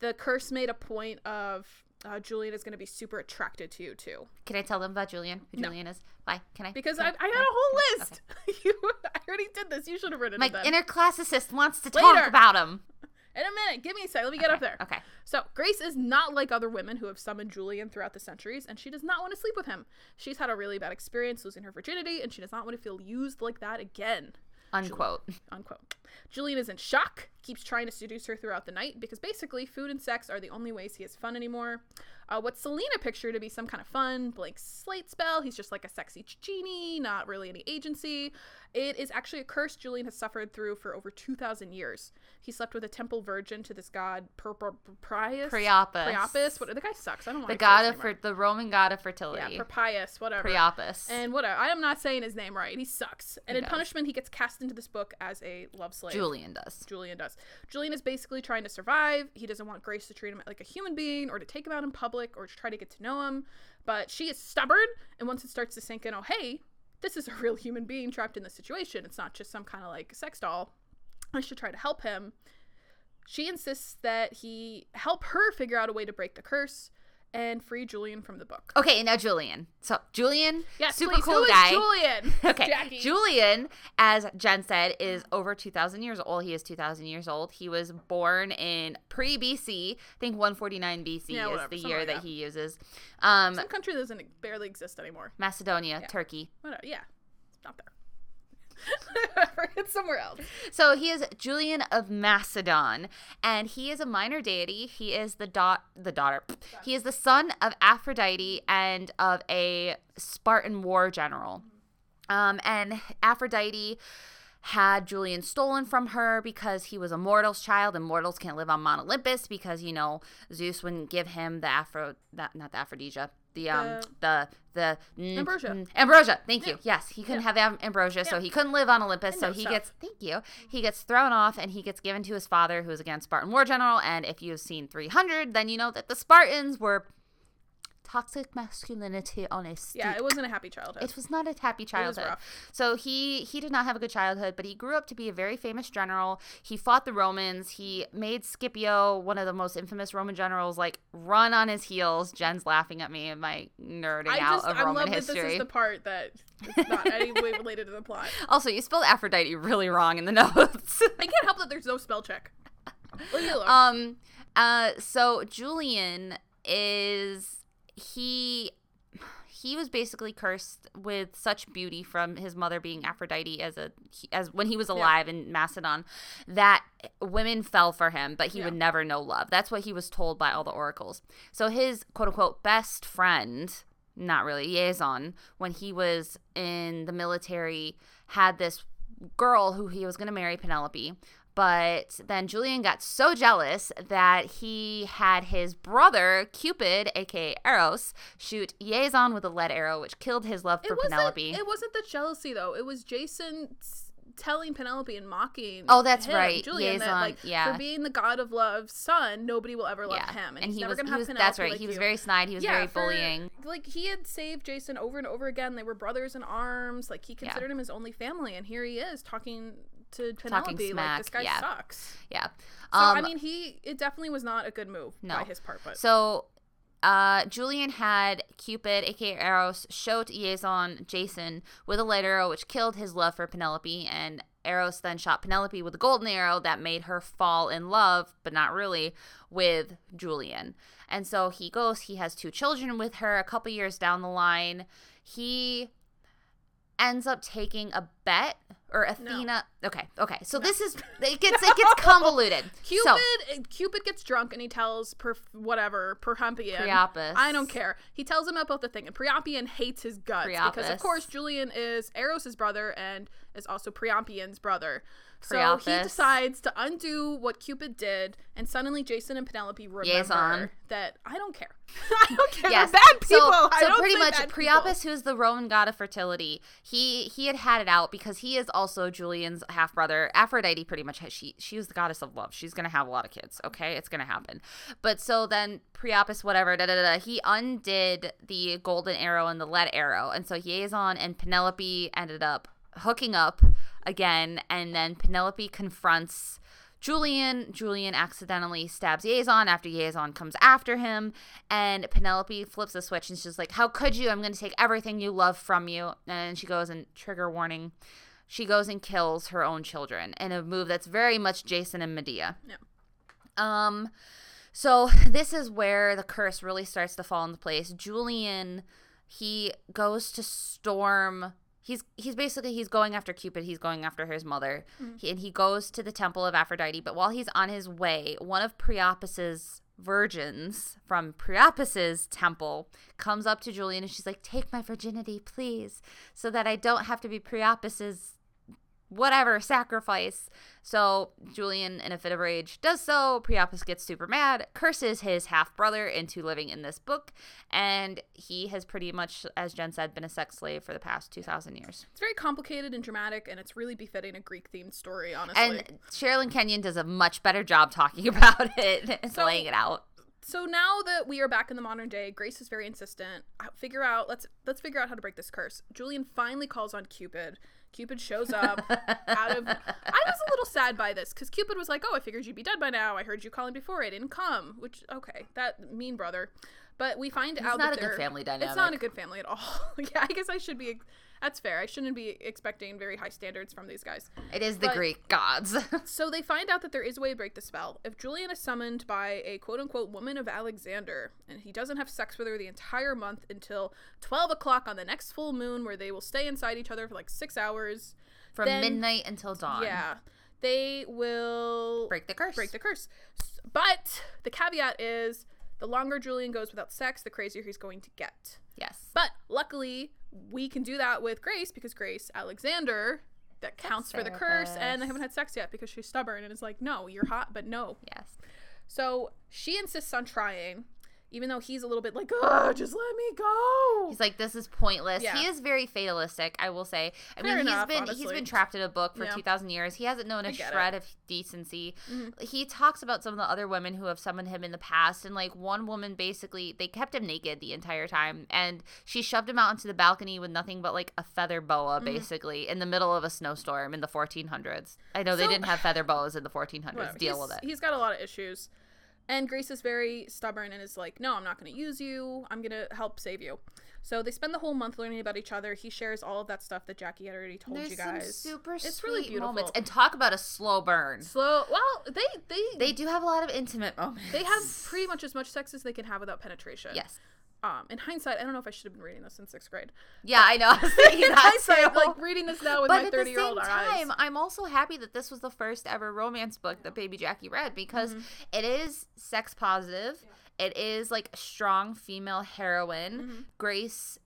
Speaker 1: the curse made a point of uh, Julian is going to be super attracted to you too,
Speaker 3: Can I tell them about Julian? Who
Speaker 1: No.
Speaker 3: Julian is? Why? Can I?
Speaker 1: because
Speaker 3: Can
Speaker 1: I, I had a whole
Speaker 3: can
Speaker 1: list. you, I already did this. You should have written
Speaker 3: My
Speaker 1: it then.
Speaker 3: inner classicist wants to
Speaker 1: Later.
Speaker 3: talk about him.
Speaker 1: In a minute, give me a sec. Let me get up there.
Speaker 3: Okay.
Speaker 1: So, Grace is not like other women who have summoned Julian throughout the centuries, and she does not want to sleep with him. She's had a really bad experience losing her virginity, and she does not want to feel used like that again.
Speaker 3: Unquote.
Speaker 1: Unquote. Julian is in shock, keeps trying to seduce her throughout the night because basically food and sex are the only ways he has fun anymore. Uh, what Selena pictured to be some kind of fun blank slate spell, he's just like a sexy genie, not really any agency. It is actually a curse Julian has suffered through for over 2,000 years. He slept with a temple virgin to this god per- per- per- Prius.
Speaker 3: Priapus.
Speaker 1: Priapus. What, the guy sucks. I don't want
Speaker 3: The
Speaker 1: to say his
Speaker 3: god of
Speaker 1: name
Speaker 3: fer-
Speaker 1: right.
Speaker 3: the Roman god of
Speaker 1: Yeah,
Speaker 3: fertility.
Speaker 1: Priapus, whatever.
Speaker 3: Priapus.
Speaker 1: And whatever. I am not saying his name right. He sucks. And
Speaker 3: He
Speaker 1: in
Speaker 3: does.
Speaker 1: punishment, he gets cast into this book as a love slave.
Speaker 3: Julian does.
Speaker 1: Julian does. Julian is basically trying to survive. He doesn't want Grace to treat him like a human being or to take him out in public or to try to get to know him. But she is stubborn. And once it starts to sink in, oh, hey, this is a real human being trapped in this situation. It's not just some kind of like sex doll. I should try to help him. She insists that he help her figure out a way to break the curse and free Julian from the book.
Speaker 3: Okay, now Julian. So Julian,
Speaker 1: Yes,
Speaker 3: super
Speaker 1: please.
Speaker 3: cool
Speaker 1: Who is
Speaker 3: guy.
Speaker 1: Julian.
Speaker 3: Okay,
Speaker 1: Jackie.
Speaker 3: Julian, as Jen said, is over 2,000 years old. He is 2,000 years old. He was born in pre BC. I think 149 BC
Speaker 1: Yeah,
Speaker 3: is
Speaker 1: whatever,
Speaker 3: the
Speaker 1: something
Speaker 3: year
Speaker 1: like
Speaker 3: that
Speaker 1: that.
Speaker 3: he uses. Um,
Speaker 1: Some country that doesn't barely exist anymore.
Speaker 3: Macedonia,
Speaker 1: Yeah.
Speaker 3: Turkey.
Speaker 1: Whatever. Yeah, it's not there. it's somewhere else.
Speaker 3: So he is Julian of Macedon, and he is a minor deity. He is the dot the daughter. He is the son of Aphrodite and of a Spartan war general. Um, and Aphrodite had Julian stolen from her because he was a mortal's child, and mortals can't live on Mount Olympus because you know Zeus wouldn't give him the Afro, that, not the Aphrodisia, the um, the the mm,
Speaker 1: Ambrosia.
Speaker 3: mm, ambrosia. Thank you. Yes, he couldn't have am- ambrosia, so
Speaker 1: Yeah.
Speaker 3: he couldn't live on Olympus.
Speaker 1: I
Speaker 3: So
Speaker 1: know
Speaker 3: he
Speaker 1: stuff.
Speaker 3: gets thank you. He gets thrown off, and he gets given to his father, who is again Spartan war general. And if you've seen 300, then you know that the Spartans were toxic masculinity on a steep
Speaker 1: Yeah, it wasn't a happy childhood.
Speaker 3: it was not a happy childhood. So he he did not have a good childhood, but he grew up to be a very famous general. He fought the Romans. He made Scipio, one of the most infamous Roman generals, like run on his heels. Jen's laughing at me and my nerding
Speaker 1: I
Speaker 3: out
Speaker 1: just
Speaker 3: of
Speaker 1: I
Speaker 3: Roman
Speaker 1: love that this
Speaker 3: history.
Speaker 1: is the part that it's not any way related to the plot.
Speaker 3: Also, you spelled Aphrodite really wrong in the notes.
Speaker 1: I can't help that there's no spell check. Leave me alone.
Speaker 3: um uh so Julian is he he was basically cursed with such beauty from his mother being Aphrodite as a as when he was alive in Macedon that women fell for him, but he would
Speaker 1: Yeah.
Speaker 3: never know love. That's what he was told by all the oracles. So his quote unquote best friend, not really liaison, when he was in the military, had this girl who he was going to marry, Penelope. But then Julian got so jealous that he had his brother, Cupid, aka Eros, shoot Liaison with a lead arrow, which killed his love for
Speaker 1: it wasn't
Speaker 3: Penelope.
Speaker 1: it wasn't the jealousy though. It was Jason s- telling Penelope and mocking.
Speaker 3: Oh, that's
Speaker 1: him,
Speaker 3: right.
Speaker 1: Julian, that,
Speaker 3: Liaison,
Speaker 1: like,
Speaker 3: yeah.
Speaker 1: for being the god of love's son, nobody will ever love him, and, he's
Speaker 3: he
Speaker 1: never
Speaker 3: was,
Speaker 1: gonna
Speaker 3: he
Speaker 1: have
Speaker 3: was-
Speaker 1: Penelope.
Speaker 3: that's right.
Speaker 1: like
Speaker 3: he was
Speaker 1: you.
Speaker 3: very snide. He was very
Speaker 1: for-
Speaker 3: bullying.
Speaker 1: Like he had saved Jason over and over again. They were brothers in arms. Like he
Speaker 3: Yeah.
Speaker 1: considered him his only family, and here he is talking to Penelope. like this
Speaker 3: smack,
Speaker 1: guy
Speaker 3: yeah.
Speaker 1: sucks.
Speaker 3: Yeah.
Speaker 1: So
Speaker 3: um,
Speaker 1: I mean, he it definitely was not a good move
Speaker 3: No.
Speaker 1: by his part, but
Speaker 3: So, uh, Julian had Cupid, aka Eros, shoot Jason, Jason with a light arrow, which killed his love for Penelope. And Eros then shot Penelope with a golden arrow that made her fall in love, but not really, with Julian. And so he goes. He has two children with her. A couple years down the line, he ends up taking a bet or Athena. Okay, okay. So this is it gets it gets convoluted.
Speaker 1: Cupid, eh,
Speaker 3: so,
Speaker 1: Cupid gets drunk and he tells per whatever Perhumpian.
Speaker 3: Priapus.
Speaker 1: I don't care. He tells him about the thing, and Priampian hates his guts because, of
Speaker 3: Priapus.
Speaker 1: course, Julian is Eros's brother and is also Priampian's brother. So he
Speaker 3: Priapus.
Speaker 1: decides to undo what Cupid did, and suddenly Jason and Penelope remember
Speaker 3: Liaison.
Speaker 1: that I don't care. I don't care.
Speaker 3: Yes.
Speaker 1: We're bad people.
Speaker 3: So,
Speaker 1: I
Speaker 3: so
Speaker 1: don't
Speaker 3: pretty
Speaker 1: say
Speaker 3: much
Speaker 1: bad people.
Speaker 3: Priapus, who's the Roman god of fertility, he he had had it out because he is also Julian's half brother. Aphrodite, pretty much, has- she she was the goddess of love. She's gonna have a lot of kids. Okay, it's gonna happen. But so then Priapus, whatever, da da da, da, he undid the golden arrow and the lead arrow, and so Iason and Penelope ended up hooking up again, and then Penelope confronts. Julian. Julian accidentally stabs Yazon after Yazon comes after him, and Penelope flips the switch and she's just like, "How could you? I'm going to take everything you love from you." And she goes and trigger warning. She goes and kills her own children in a move that's very much Jason and Medea.
Speaker 1: Yeah.
Speaker 3: Um. So this is where the curse really starts to fall into place. Julian, he goes to storm. He's he's basically he's going after Cupid. He's going after his mother, he, and he goes to the temple of Aphrodite. But while he's on his way, one of Priapus's virgins from Priapus's temple comes up to Julian, and she's like, "Take my virginity, please, so that I don't have to be Priapus's." Whatever sacrifice, so Julian, in a fit of rage, does so. Priapus gets super mad, curses his half brother into living in this book, and he has pretty much, as Jen said, been a sex slave for the past two thousand years.
Speaker 1: It's very complicated and dramatic, and it's really befitting a Greek themed story, honestly.
Speaker 3: And Sherilyn Kenyon does a much better job talking about it and
Speaker 1: So-
Speaker 3: laying it out.
Speaker 1: so now that we are back in the modern day, Grace is very insistent. Uh, Figure out let's let's figure out how to break this curse. Julian finally calls on Cupid. Cupid shows up out of I was a little sad by this because Cupid was like, "Oh, I figured you'd be dead by now. I heard you calling before. I didn't come." Which okay, that mean brother. But we find
Speaker 3: It's
Speaker 1: out
Speaker 3: not a
Speaker 1: that
Speaker 3: good
Speaker 1: they're-
Speaker 3: family dynamic.
Speaker 1: It's not a good family at all. yeah, I guess I should be. That's fair. I shouldn't be expecting very high standards from these guys.
Speaker 3: it is the
Speaker 1: but-
Speaker 3: Greek gods.
Speaker 1: So they find out that there is a way to break the spell. If Julian is summoned by a quote unquote woman of Alexander, and he doesn't have sex with her the entire month until 12 o'clock on the next full moon, where they will stay inside each other for like six hours.
Speaker 3: From
Speaker 1: Then-
Speaker 3: midnight until dawn.
Speaker 1: Yeah. They will
Speaker 3: Break the curse.
Speaker 1: break the curse. S- But the caveat is the longer Julian goes without sex, the crazier he's going to get.
Speaker 3: Yes.
Speaker 1: But luckily, we can do that with Grace because Grace Alexander that counts for the curse, and they
Speaker 3: therapist.
Speaker 1: haven't had sex yet because she's stubborn and is like, no, you're hot, but no.
Speaker 3: Yes.
Speaker 1: So she insists on trying, even though he's a little bit like, oh, just let me go.
Speaker 3: He's like, this is pointless.
Speaker 1: Yeah.
Speaker 3: He is very fatalistic, I will say. I
Speaker 1: Fair
Speaker 3: mean,
Speaker 1: enough,
Speaker 3: he's been he's
Speaker 1: honestly.
Speaker 3: been trapped in a book for
Speaker 1: Yeah.
Speaker 3: two thousand years. He hasn't known
Speaker 1: I
Speaker 3: a
Speaker 1: get Mm-hmm.
Speaker 3: shred of decency. He talks about some of the other women who have summoned him in the past, and like one woman basically they kept him naked the entire time, and she shoved him out into the balcony with nothing but like a feather boa,
Speaker 1: Mm-hmm.
Speaker 3: basically, in the middle of a snowstorm in the fourteen hundreds. I know they
Speaker 1: So-
Speaker 3: didn't have feather boas in the fourteen
Speaker 1: Whatever.
Speaker 3: hundreds. Deal
Speaker 1: He's-
Speaker 3: with it.
Speaker 1: He's got a lot of issues. And Grace is very stubborn and is like, no, I'm not going to use you. I'm going to help save you. So they spend the whole month learning about each other. He shares all of that stuff that Jackie had already told
Speaker 3: There's
Speaker 1: you guys.
Speaker 3: some super
Speaker 1: It's
Speaker 3: sweet
Speaker 1: really beautiful.
Speaker 3: moments, and talk about a slow burn.
Speaker 1: Slow. Well, they they
Speaker 3: They do have a lot of intimate moments.
Speaker 1: Mm. They have pretty much as much sex as they can have without penetration.
Speaker 3: yes.
Speaker 1: Um, in hindsight, I don't know if I should have been reading this in sixth grade.
Speaker 3: Yeah, I know. I was thinking
Speaker 1: in
Speaker 3: that
Speaker 1: hindsight, I'm
Speaker 3: too.
Speaker 1: like reading this now with
Speaker 3: but
Speaker 1: my
Speaker 3: at the
Speaker 1: thirty year
Speaker 3: same
Speaker 1: old eyes.
Speaker 3: time, I'm also happy that this was the first ever romance book that Baby Jackie read because
Speaker 1: Mm-hmm.
Speaker 3: it is sex positive. It is like a strong female heroine. Grace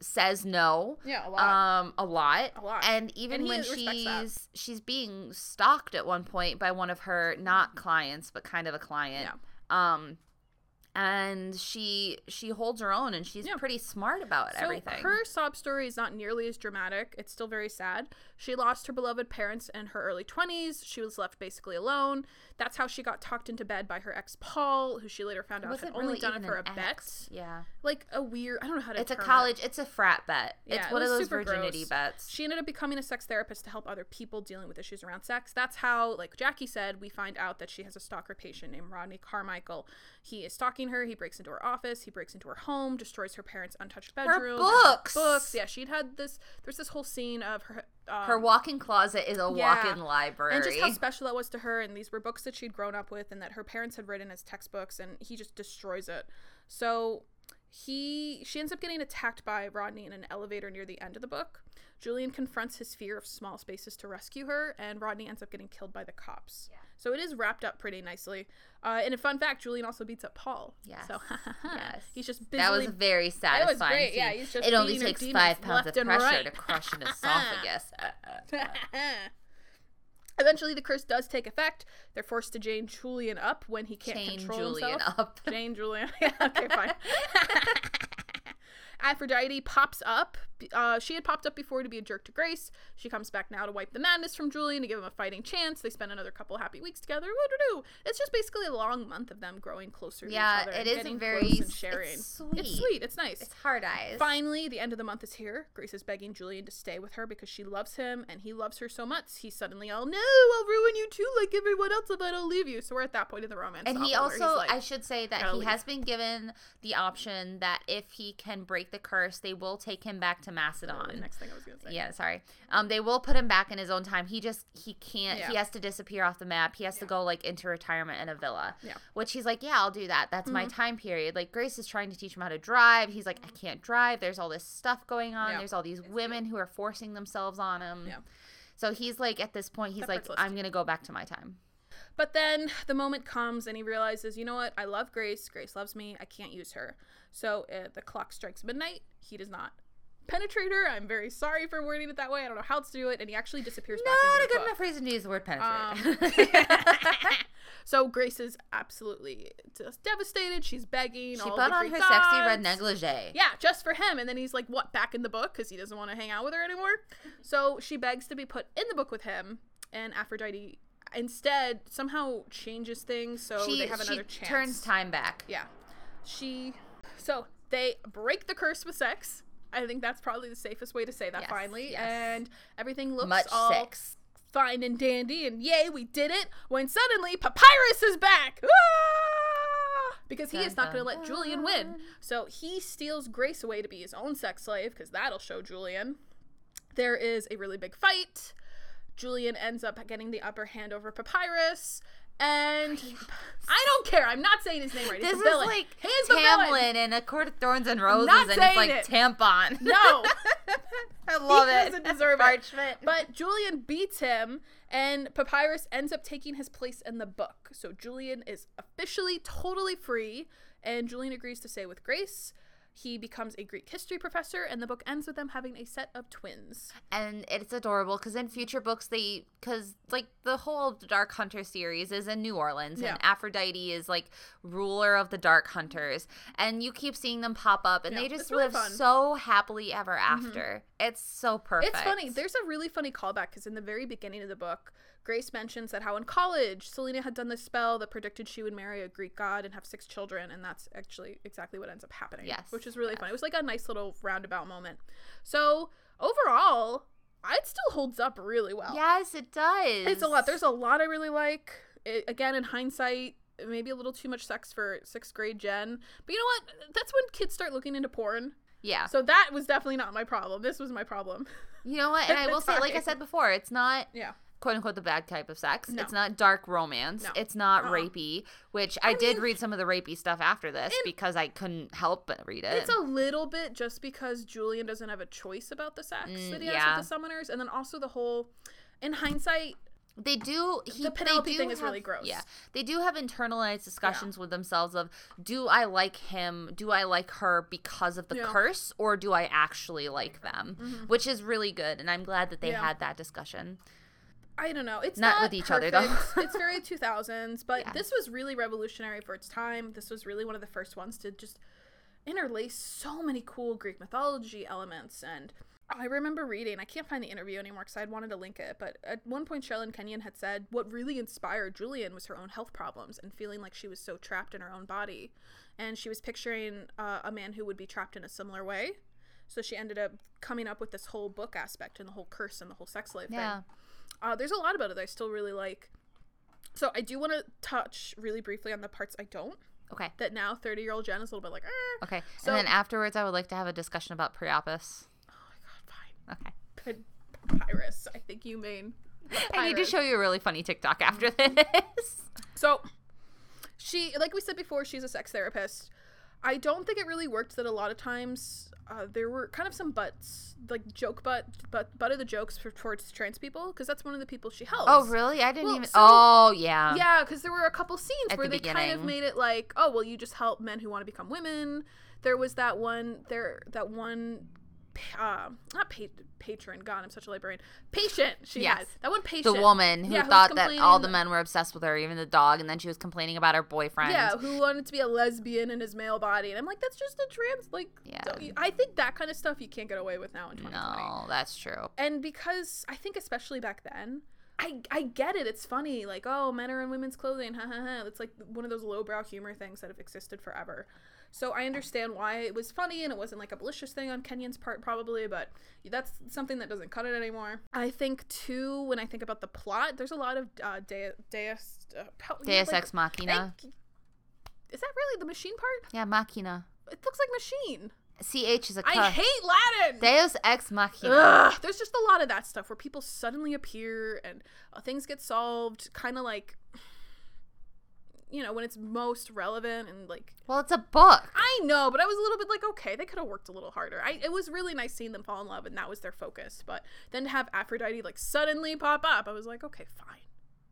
Speaker 3: says no.
Speaker 1: Mm-hmm. Yeah, a lot.
Speaker 3: Um, a lot,
Speaker 1: A lot.
Speaker 3: and even
Speaker 1: And he
Speaker 3: when
Speaker 1: respects that.
Speaker 3: she's she's being stalked at one point by one of her not clients, but kind of a client. Um, and she she holds her own, and she's
Speaker 1: Yeah.
Speaker 3: pretty smart about
Speaker 1: so
Speaker 3: everything.
Speaker 1: her sob story is not nearly as dramatic. It's still very sad. She lost her beloved parents in her early twenties. She was left basically alone. That's how she got talked into bed by her ex Paul, who she later found out had
Speaker 3: wasn't
Speaker 1: only
Speaker 3: really
Speaker 1: done it
Speaker 3: even
Speaker 1: for a
Speaker 3: an
Speaker 1: bet.
Speaker 3: ex. Yeah.
Speaker 1: Like a weird. I don't know how to.
Speaker 3: It's a
Speaker 1: term it.
Speaker 3: college, it's a frat bet.
Speaker 1: Yeah,
Speaker 3: it's
Speaker 1: it
Speaker 3: one of
Speaker 1: was
Speaker 3: those
Speaker 1: super
Speaker 3: virginity
Speaker 1: gross.
Speaker 3: bets.
Speaker 1: She ended up becoming a sex therapist to help other people dealing with issues around sex. That's how, like Jackie said, we find out that she has a stalker patient named Rodney Carmichael. He is stalking her. He breaks into her office. He breaks into her home, destroys her parents' untouched bedroom.
Speaker 3: books!
Speaker 1: books. Yeah, she'd had this. There's this whole scene of her. Um,
Speaker 3: Her walk in closet is a
Speaker 1: yeah.
Speaker 3: walk in library.
Speaker 1: and just how special that was to her. And these were books that she'd grown up with and that her parents had written as textbooks, and he just destroys it. So he she ends up getting attacked by Rodney in an elevator near the end of the book. Julian confronts his fear of small spaces to rescue her, and Rodney ends up getting killed by the cops.
Speaker 3: Yeah.
Speaker 1: So it is wrapped up pretty nicely. Uh, and a fun fact: Julian also beats up Paul.
Speaker 3: Yes.
Speaker 1: So
Speaker 3: Yes.
Speaker 1: he's just busily.
Speaker 3: That was a very
Speaker 1: That
Speaker 3: satisfying
Speaker 1: was great.
Speaker 3: scene.
Speaker 1: Yeah, he's just
Speaker 3: it only
Speaker 1: beating her
Speaker 3: takes
Speaker 1: demons
Speaker 3: five pounds of
Speaker 1: left and
Speaker 3: pressure
Speaker 1: right.
Speaker 3: to crush an esophagus. Uh, uh, uh.
Speaker 1: Eventually, the curse does take effect. They're forced to Jane Julian up when he can't
Speaker 3: Chain
Speaker 1: control
Speaker 3: Julian
Speaker 1: himself.
Speaker 3: up.
Speaker 1: Jane Julian. Yeah, okay, fine. Aphrodite pops up. Uh, she had popped up before to be a jerk to Grace. She comes back now to wipe the madness from Julian to give him a fighting chance. They spend another couple happy weeks together. Woo-doo-doo. It's just basically a long month of them growing closer to each
Speaker 3: yeah,
Speaker 1: other.
Speaker 3: it
Speaker 1: and
Speaker 3: is a
Speaker 1: getting
Speaker 3: very
Speaker 1: close and
Speaker 3: s-
Speaker 1: sharing.
Speaker 3: It's sweet.
Speaker 1: It's sweet. It's nice.
Speaker 3: It's hard eyes.
Speaker 1: Finally, the end of the month is here. Grace is begging Julian to stay with her because she loves him and he loves her so much. He's suddenly all, no, I'll ruin you too, like everyone else, but I'll leave you. So we're at that point in the romance.
Speaker 3: And he
Speaker 1: novel where he's
Speaker 3: also,
Speaker 1: like-
Speaker 3: I should say that
Speaker 1: gotta
Speaker 3: he
Speaker 1: leave.
Speaker 3: has been given the option that if he can break the curse, they will take him back to
Speaker 1: Literally,
Speaker 3: Macedon.
Speaker 1: Next thing I was going to say.
Speaker 3: Yeah, sorry. Um, they will put him back in his own time. He just he can't. He
Speaker 1: Yeah.
Speaker 3: has to disappear off the map. He has to
Speaker 1: Yeah.
Speaker 3: go like into retirement in a villa.
Speaker 1: Yeah. Mm-hmm.
Speaker 3: Which he's like, yeah, I'll do that. That's my time period. Like Grace is trying to teach him how to drive. He's like, I can't drive. There's all this stuff going on.
Speaker 1: Yeah.
Speaker 3: There's all these women who are forcing themselves on him.
Speaker 1: Yeah.
Speaker 3: So he's like, at this point, he's
Speaker 1: That
Speaker 3: like,
Speaker 1: part's
Speaker 3: I'm gonna go back to my time.
Speaker 1: But then the moment comes and he realizes, you know what? I love Grace. Grace loves me. I can't use her. So uh, the clock strikes midnight. He does not penetrate her. I'm very sorry for wording it that way. I don't know how else to do it. And he actually disappears back into
Speaker 3: Not
Speaker 1: the
Speaker 3: a good
Speaker 1: book.
Speaker 3: enough reason to use the word
Speaker 1: Um,
Speaker 3: penetrate.
Speaker 1: So Grace is absolutely just devastated. She's begging.
Speaker 3: she
Speaker 1: all
Speaker 3: put on
Speaker 1: different
Speaker 3: her sexy red
Speaker 1: thoughts.
Speaker 3: negligee.
Speaker 1: Yeah, just for him. And then he's like, what, back in the book? Because he doesn't want to hang out with her anymore. So she begs to be put in the book with him. And Aphrodite instead somehow changes things so
Speaker 3: she
Speaker 1: Oh, they have
Speaker 3: she
Speaker 1: another chance.
Speaker 3: turns time back.
Speaker 1: Yeah. She. So they break the curse with sex. I think that's probably the safest way to say that
Speaker 3: Yes,
Speaker 1: finally.
Speaker 3: yes.
Speaker 1: And everything looks
Speaker 3: Much
Speaker 1: all
Speaker 3: sex.
Speaker 1: fine and dandy and yay, we did it. When suddenly Papyrus is back. Ah! Because he
Speaker 3: Dun,
Speaker 1: is not going
Speaker 3: dun,
Speaker 1: to let Julian win.
Speaker 3: dun.
Speaker 1: So he steals Grace away to be his own sex slave because that'll show Julian. There is a really big fight. Julian ends up getting the upper hand over Papyrus. And I don't care. I'm not saying his name right. He's
Speaker 3: This
Speaker 1: a
Speaker 3: is
Speaker 1: villain.
Speaker 3: like
Speaker 1: He's the villain.
Speaker 3: Tamlin in A Court of Thorns and Roses,
Speaker 1: not
Speaker 3: and it's
Speaker 1: saying
Speaker 3: like
Speaker 1: it.
Speaker 3: tampon.
Speaker 1: No.
Speaker 3: I love
Speaker 1: He
Speaker 3: it.
Speaker 1: doesn't deserve it.
Speaker 3: Parchment.
Speaker 1: But Julian beats him, and Papyrus ends up taking his place in the book. So Julian is officially totally free, and Julian agrees to stay with Grace. He becomes a Greek history professor, and the book ends with them having a set of twins.
Speaker 3: and it's adorable because in future books they because like the whole dark hunter series is in new orleans
Speaker 1: Yeah.
Speaker 3: and aphrodite is like ruler of the dark hunters and you keep seeing them pop up and
Speaker 1: Yeah,
Speaker 3: they
Speaker 1: it's
Speaker 3: just
Speaker 1: really
Speaker 3: live
Speaker 1: fun. Mm-hmm.
Speaker 3: so happily ever after it's so perfect
Speaker 1: It's funny. There's a really funny callback because in the very beginning of the book, Grace mentions that how in college, Selena had done this spell that predicted she would marry a Greek god and have six children, and that's actually exactly what ends up happening.
Speaker 3: Yes,
Speaker 1: Which is really fun. It was like a nice little roundabout moment. So overall, it still holds up really well.
Speaker 3: yes it does
Speaker 1: It's a lot. There's a lot I really like. It, again, in hindsight, maybe a little too much sex for sixth grade Jen. But you know what? That's when kids start looking into porn.
Speaker 3: yeah
Speaker 1: So that was definitely not my problem. This was my problem.
Speaker 3: you know what and i will
Speaker 1: It's
Speaker 3: say like i
Speaker 1: fine.
Speaker 3: said before it's not
Speaker 1: Yeah.
Speaker 3: quote unquote the bad type of sex
Speaker 1: No.
Speaker 3: it's not dark romance
Speaker 1: No.
Speaker 3: it's not
Speaker 1: Uh-uh.
Speaker 3: rapey which i, did
Speaker 1: mean-
Speaker 3: read some of the rapey stuff after this
Speaker 1: And-
Speaker 3: because i couldn't help but read it
Speaker 1: It's a little bit just because Julian doesn't have a choice about the sex
Speaker 3: Mm,
Speaker 1: that he
Speaker 3: yeah.
Speaker 1: has with the summoners, and then also the whole. In hindsight,
Speaker 3: They do. He,
Speaker 1: The
Speaker 3: they
Speaker 1: Penelope
Speaker 3: do
Speaker 1: thing is really
Speaker 3: have-
Speaker 1: gross.
Speaker 3: Yeah, they do have internalized discussions with themselves of, do I like him? Do I like her because of the
Speaker 1: Yeah. Mm-hmm.
Speaker 3: curse, or do I actually like them? Which is really good, and I'm glad that they
Speaker 1: Yeah.
Speaker 3: had that discussion.
Speaker 1: I don't know. It's
Speaker 3: Not
Speaker 1: not,
Speaker 3: with each other, though.
Speaker 1: perfect. it's very 2000s, but
Speaker 3: Yeah.
Speaker 1: this was really revolutionary for its time. This was really one of the first ones to just interlace so many cool Greek mythology elements. And I remember reading, I can't find the interview anymore because I had wanted to link it, but at one point, Sherilyn Kenyon had said what really inspired Julian was her own health problems and feeling like she was so trapped in her own body. And she was picturing uh, a man who would be trapped in a similar way. So she ended up coming up with this whole book aspect and the whole curse and the whole sex life thing.
Speaker 3: Yeah,
Speaker 1: Uh, there's a lot about it that I still really like. So I do want to touch really briefly on the parts I don't.
Speaker 3: okay,
Speaker 1: That now 30 year old Jen is a little bit like, eh.
Speaker 3: okay.
Speaker 1: So-
Speaker 3: and then afterwards, I would like to have a discussion about Priapus.
Speaker 1: oh my
Speaker 3: Okay,
Speaker 1: god, fine. Papyrus. I think you mean.
Speaker 3: I need to
Speaker 1: Papyrus.
Speaker 3: show you a really funny TikTok after this.
Speaker 1: So she, like we said before, she's a sex therapist. I don't think it really worked that a lot of times uh, there were kind of some butts, like joke butt, but butt of the jokes for, towards trans people, because that's one of the people she helps.
Speaker 3: Oh, really? I didn't
Speaker 1: Well,
Speaker 3: even.
Speaker 1: so-
Speaker 3: oh, yeah.
Speaker 1: Yeah, because there were a couple scenes
Speaker 3: At
Speaker 1: where they
Speaker 3: the
Speaker 1: kind of made
Speaker 3: beginning.
Speaker 1: it like, oh, well, you just help men who want to become women. There was that one, there that one, uh, not pa- patron. God, I'm such a librarian. Patient. She
Speaker 3: Yes.
Speaker 1: had that one patient.
Speaker 3: The woman who
Speaker 1: Yeah, who's
Speaker 3: thought that all the
Speaker 1: complaining-
Speaker 3: men were obsessed with her, even the dog, and then she was complaining about her boyfriend.
Speaker 1: Yeah, who wanted to be a lesbian in his male body, and I'm like, that's just a trans. Like,
Speaker 3: Yeah.
Speaker 1: don't you- I think that kind of stuff you can't get away with now in 2020.
Speaker 3: No, that's true.
Speaker 1: and because I think especially back then, I I get it. It's funny, like oh, men are in women's clothing, ha ha ha. It's like one of those lowbrow humor things that have existed forever. So I understand why it was funny and it wasn't like a malicious thing on Kenyon's part probably, but that's something that doesn't cut it anymore. I think too when I think about the plot, there's a lot of uh, de- deus uh, how- you know,
Speaker 3: Deus
Speaker 1: like-
Speaker 3: Ex Machina.
Speaker 1: Thank- Is that really the machine part?
Speaker 3: Yeah, Machina.
Speaker 1: It looks like machine.
Speaker 3: CH is a
Speaker 1: I
Speaker 3: cuss.
Speaker 1: hate Latin.
Speaker 3: Deus Ex Machina.
Speaker 1: Ugh, there's just a lot of that stuff where people suddenly appear and uh, things get solved, kind of like, you know, when it's most relevant and like.
Speaker 3: Well, it's a book.
Speaker 1: I know, but I was a little bit like, okay, they could have worked a little harder. I, it was really nice seeing them fall in love, and that was their focus. But then to have Aphrodite like suddenly pop up, I was like, okay, fine.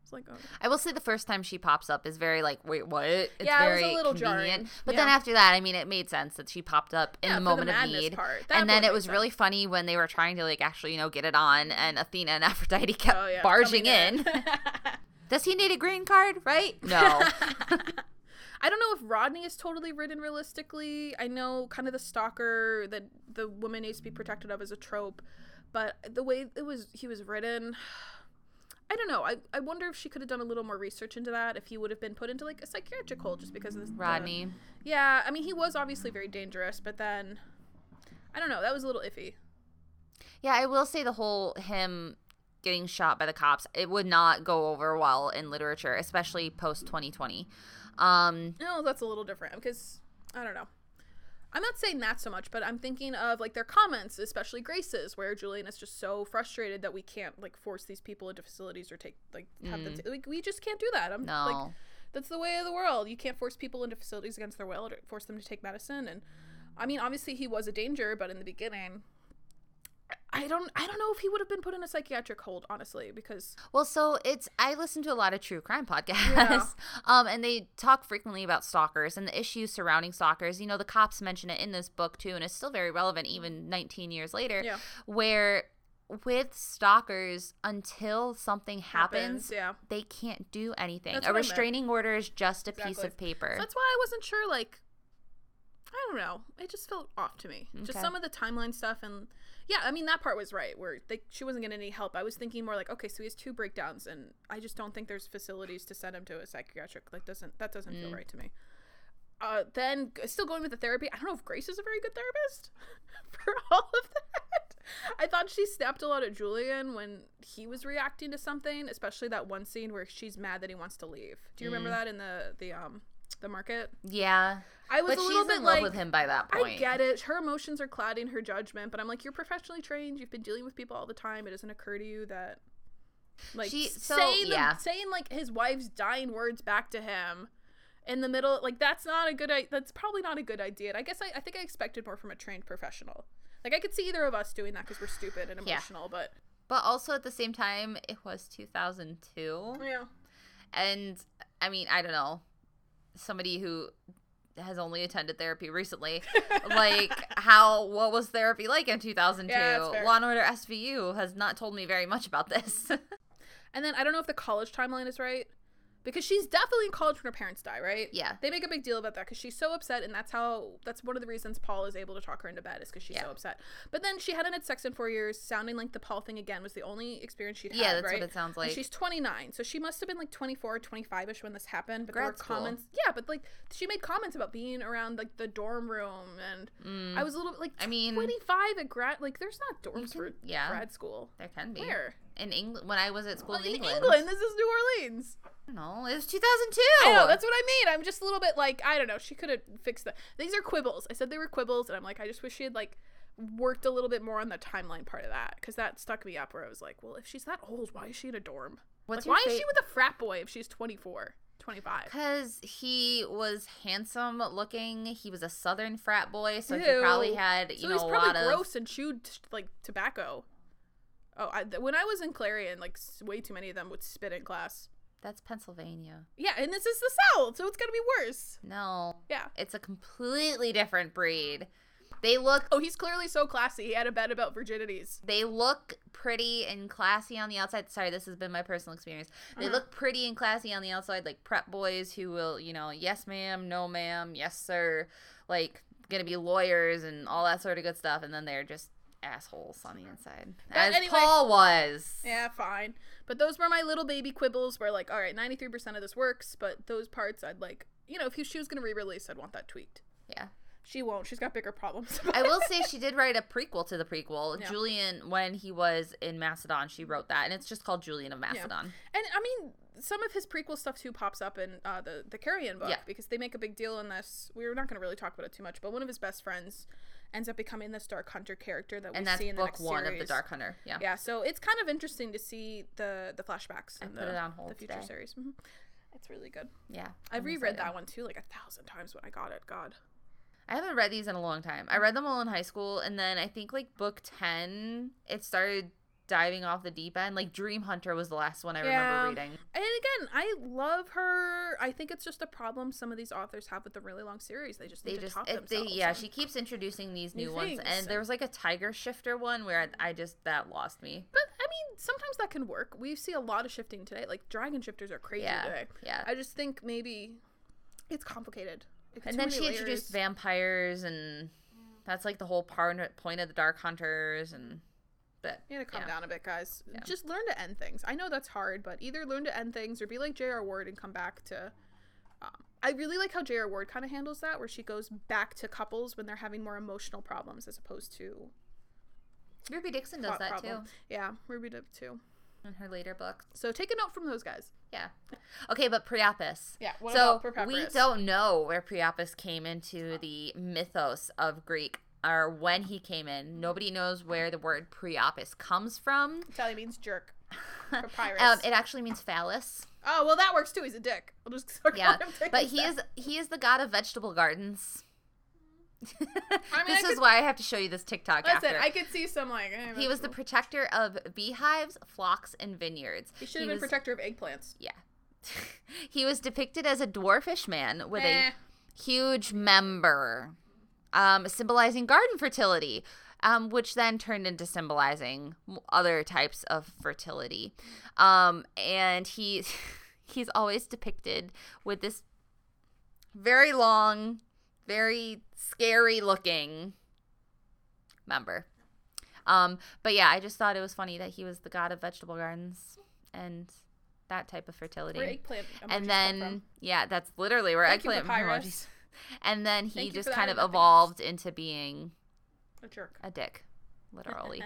Speaker 1: It's like, oh, okay.
Speaker 3: I will say the first time she pops up is very like, wait, what? It's
Speaker 1: Yeah, it was
Speaker 3: very
Speaker 1: a little jarring.
Speaker 3: But then
Speaker 1: Yeah.
Speaker 3: after that, I mean, it made sense that she popped up in
Speaker 1: Yeah, for
Speaker 3: the
Speaker 1: the
Speaker 3: moment of
Speaker 1: madness
Speaker 3: need.
Speaker 1: part. That
Speaker 3: And then
Speaker 1: part
Speaker 3: it was
Speaker 1: makes
Speaker 3: really funny when they were trying to like actually, you know, get it on, and Athena and Aphrodite kept
Speaker 1: Oh, yeah,
Speaker 3: barging
Speaker 1: coming
Speaker 3: in. Does he need a green card? Right? No.
Speaker 1: I don't know if Rodney is totally written realistically. I know kind of the stalker that the woman needs to be protected of is a trope, but the way it was he was written I don't know. I, I wonder if she could have done a little more research into that, if he would have been put into like a psychiatric hold just because of this. the-
Speaker 3: Rodney.
Speaker 1: yeah, I mean he was obviously very dangerous, but then I don't know, that was a little iffy.
Speaker 3: Yeah, I will say the whole him getting shot by the cops, it would not go over well in literature, especially post 2020. Um,
Speaker 1: No, that's a little different because I don't know. I'm not saying that so much, but I'm thinking of like their comments, especially Grace's, where Julian is just so frustrated that we can't like force these people into facilities or take like have them t- like we just can't do that. I'm
Speaker 3: Mm. no.
Speaker 1: like that's the way of the world. You can't force people into facilities against their will or force them to take medicine. And I mean, obviously he was a danger, but in the beginning, I don't I don't know if he would have been put in a psychiatric hold honestly because
Speaker 3: Well, so it's I listen to a lot of true crime podcasts,
Speaker 1: Yeah.
Speaker 3: um, and they talk frequently about stalkers and the issues surrounding stalkers. You know, the cops mention it in this book too, and it's still very relevant even 19 years later.
Speaker 1: Yeah.
Speaker 3: Where with stalkers, until something happens,
Speaker 1: yeah.
Speaker 3: they can't do anything.
Speaker 1: That's
Speaker 3: a
Speaker 1: what I meant.
Speaker 3: restraining order is just a piece
Speaker 1: Exactly.
Speaker 3: of paper.
Speaker 1: So that's why I wasn't sure. Like, I don't know. It just felt off to me. Just
Speaker 3: Okay.
Speaker 1: some of the timeline stuff, and yeah, I mean that part was right where they, she wasn't getting any help. I was thinking more like, okay, so he has two breakdowns, and I just don't think there's facilities to send him to a psychiatric. Like, doesn't that doesn't feel
Speaker 3: Mm.
Speaker 1: right to me? Uh, then g- still going with the therapy. I don't know if Grace is a very good therapist for all of that. I thought she snapped a lot at Julian when he was reacting to something, especially that one scene where she's mad that he wants to leave. Do you remember
Speaker 3: Mm.
Speaker 1: that in the the um the market?
Speaker 3: yeah,
Speaker 1: I was
Speaker 3: but
Speaker 1: a
Speaker 3: she's
Speaker 1: little
Speaker 3: in
Speaker 1: bit
Speaker 3: love
Speaker 1: like
Speaker 3: with him by that point.
Speaker 1: I get it. Her emotions are clouding her judgment, but I'm like, you're professionally trained. You've been dealing with people all the time. It doesn't occur to you that, like,
Speaker 3: She-
Speaker 1: s-
Speaker 3: so,
Speaker 1: saying the-
Speaker 3: yeah.
Speaker 1: saying like his wife's dying words back to him in the middle, like that's not a good. i- That's probably not a good idea. And I guess I, I think I expected more from a trained professional. Like I could see either of us doing that because we're stupid and
Speaker 3: Yeah.
Speaker 1: emotional, but
Speaker 3: But also at the same time, it was 2002.
Speaker 1: yeah,
Speaker 3: And I mean, I don't know. Somebody who has only attended therapy recently, like how what was therapy like in 2002?
Speaker 1: Yeah, that's fair.
Speaker 3: Law and Order SVU has not told me very much about this.
Speaker 1: And then I don't know if the college timeline is right because she's definitely in college when her parents die, right?
Speaker 3: Yeah.
Speaker 1: They make a big deal about that because she's so upset, and that's how that's one of the reasons Paul is able to talk her into bed is because she's so
Speaker 3: Yeah.
Speaker 1: upset. But then she hadn't had sex in four years, sounding like the Paul thing again was the only experience she'd had.
Speaker 3: yeah, that's
Speaker 1: right?
Speaker 3: what it sounds
Speaker 1: And
Speaker 3: like.
Speaker 1: she's 29, so she must have been like 24 or 25 ish when this happened. But there were
Speaker 3: Grad school.
Speaker 1: comments. Yeah, but like she made comments about being around like the dorm room, and
Speaker 3: Mm,
Speaker 1: I was a little bit like,
Speaker 3: I mean-
Speaker 1: 25 at grad, like there's not dorms
Speaker 3: can-
Speaker 1: for
Speaker 3: yeah.
Speaker 1: grad school.
Speaker 3: there can be
Speaker 1: Where?
Speaker 3: in England when I was at school
Speaker 1: Well,
Speaker 3: in England.
Speaker 1: England, this is New Orleans.
Speaker 3: No, it was 2002.
Speaker 1: I know, that's what I mean. I'm just a little bit like, I don't know, she could have fixed that. These are quibbles. I said they were quibbles, and I'm like, I just wish she had, like, worked a little bit more on the timeline part of that, because that stuck me up where I was like, well, if she's that old, why is she in a dorm?
Speaker 3: What's
Speaker 1: like, why is
Speaker 3: your fa-
Speaker 1: she with a frat boy if she's 24? 25.
Speaker 3: Because he was handsome looking. He was a southern frat boy, so he
Speaker 1: Ew.
Speaker 3: probably had, you
Speaker 1: So
Speaker 3: know,
Speaker 1: he's
Speaker 3: a
Speaker 1: probably
Speaker 3: lot
Speaker 1: gross and chewed t- like tobacco. Oh, I, th- when I was in Clarion, like s- way too many of them would spit in class.
Speaker 3: of. That's Pennsylvania.
Speaker 1: Yeah, and this is the South, so it's gonna be worse.
Speaker 3: No.
Speaker 1: Yeah.
Speaker 3: It's a completely different breed. They look
Speaker 1: Oh, he's clearly so classy. He had a bet about virginities.
Speaker 3: they look pretty and classy on the outside. Sorry, this has been my personal experience. They
Speaker 1: Uh-huh.
Speaker 3: look pretty and classy on the outside, like prep boys who will, you know, yes ma'am, no ma'am, yes sir, like gonna be lawyers and all that sort of good stuff, and then they're just assholes on the inside,
Speaker 1: But
Speaker 3: as
Speaker 1: anyway-
Speaker 3: Paul was.
Speaker 1: Yeah, fine. But those were my little baby quibbles. Where like, all right, ninety three percent of this works, but those parts I'd like, you know, if he- she was gonna re release, I'd want that tweaked.
Speaker 3: Yeah.
Speaker 1: She won't. She's got bigger problems.
Speaker 3: I will say she did write a prequel to the prequel.
Speaker 1: Yeah.
Speaker 3: Julian, when he was in Macedon, she wrote that, and it's just called Julian of Macedon.
Speaker 1: And I mean, some of his prequel stuff too pops up in uh, the the Carrion book
Speaker 3: Yeah.
Speaker 1: because they make a big deal in this. We're not going to really talk about it too much, but one of his best friends ends up becoming this Dark Hunter character that we
Speaker 3: And that's
Speaker 1: see in the
Speaker 3: book
Speaker 1: next
Speaker 3: one
Speaker 1: series.
Speaker 3: of the Dark Hunter. Yeah.
Speaker 1: Yeah, so it's kind of interesting to see the the flashbacks
Speaker 3: I
Speaker 1: and
Speaker 3: put
Speaker 1: the,
Speaker 3: it on hold
Speaker 1: the future
Speaker 3: today.
Speaker 1: series. Mhm. It's really good.
Speaker 3: Yeah.
Speaker 1: I
Speaker 3: I'm
Speaker 1: reread
Speaker 3: excited.
Speaker 1: that one too, like a thousand times when I got it. God.
Speaker 3: I haven't read these in a long time. I read them all in high school, and then I think like book ten, it started diving off the deep end. Like Dream Hunter was the last one I
Speaker 1: Yeah.
Speaker 3: remember reading.
Speaker 1: And again, I love her. I think it's just a problem some of these authors have with the really long series. They just need
Speaker 3: They
Speaker 1: to
Speaker 3: just,
Speaker 1: top
Speaker 3: it, they,
Speaker 1: themselves.
Speaker 3: yeah,
Speaker 1: and-
Speaker 3: she keeps introducing these
Speaker 1: new
Speaker 3: new, ones,
Speaker 1: things,
Speaker 3: and
Speaker 1: and-
Speaker 3: there was like a Tiger Shifter one where I, I just that lost me.
Speaker 1: But I mean, sometimes that can work. We see a lot of shifting today. Like dragon shifters are crazy
Speaker 3: Yeah,
Speaker 1: today.
Speaker 3: yeah.
Speaker 1: I just think maybe it's complicated. Like,
Speaker 3: and
Speaker 1: too
Speaker 3: then
Speaker 1: many
Speaker 3: she introduced
Speaker 1: layers.
Speaker 3: vampires, and that's like the whole par- point of the Dark Hunters, and but
Speaker 1: You gotta calm
Speaker 3: yeah.
Speaker 1: down a bit, guys.
Speaker 3: Yeah.
Speaker 1: Just learn to end things. I know that's hard, but either learn to end things or be like J.R. Ward and come back to. Um, I really like how J.R. Ward kind of handles that, where she goes back to couples when they're having more emotional problems as opposed to
Speaker 3: Ruby Dixon does
Speaker 1: plot
Speaker 3: that
Speaker 1: problem.
Speaker 3: too
Speaker 1: Yeah, Ruby did too.
Speaker 3: in her later books.
Speaker 1: So take a note from those guys.
Speaker 3: Yeah. Okay, but Priapus.
Speaker 1: Yeah, what
Speaker 3: so
Speaker 1: about Properpus?
Speaker 3: we don't know where Priapus came into the mythos of Greek or when he came in. Nobody knows where the word Priapus comes from.
Speaker 1: Sally means jerk. Papyrus.
Speaker 3: Um, it actually means phallus.
Speaker 1: Oh well, that works too. He's a dick. I'll just start
Speaker 3: Yeah,
Speaker 1: calling him dick
Speaker 3: but he
Speaker 1: instead.
Speaker 3: is he is the god of vegetable gardens. this
Speaker 1: I
Speaker 3: is
Speaker 1: could-
Speaker 3: why I have to show you this TikTok
Speaker 1: Listen,
Speaker 3: after.
Speaker 1: I could see some like eh,
Speaker 3: he was the protector of beehives, flocks, and vineyards.
Speaker 1: He should have been
Speaker 3: was-
Speaker 1: protector of eggplants.
Speaker 3: Yeah. he was depicted as a dwarfish man with
Speaker 1: Eh.
Speaker 3: a huge member, um, symbolizing garden fertility, um, which then turned into symbolizing m- other types of fertility. Um, and he he's always depicted with this very long, very scary looking member. Um, but yeah, I just thought it was funny that he was the god of vegetable gardens and that type of fertility
Speaker 1: Where eggplant. emojis come
Speaker 3: and then
Speaker 1: from.
Speaker 3: yeah, that's literally where
Speaker 1: Thank you,
Speaker 3: eggplant
Speaker 1: Papyrus.
Speaker 3: emojis. And then he
Speaker 1: Thank you
Speaker 3: just
Speaker 1: for that
Speaker 3: kind of
Speaker 1: and nothing
Speaker 3: evolved into being
Speaker 1: a jerk.
Speaker 3: a dick, literally.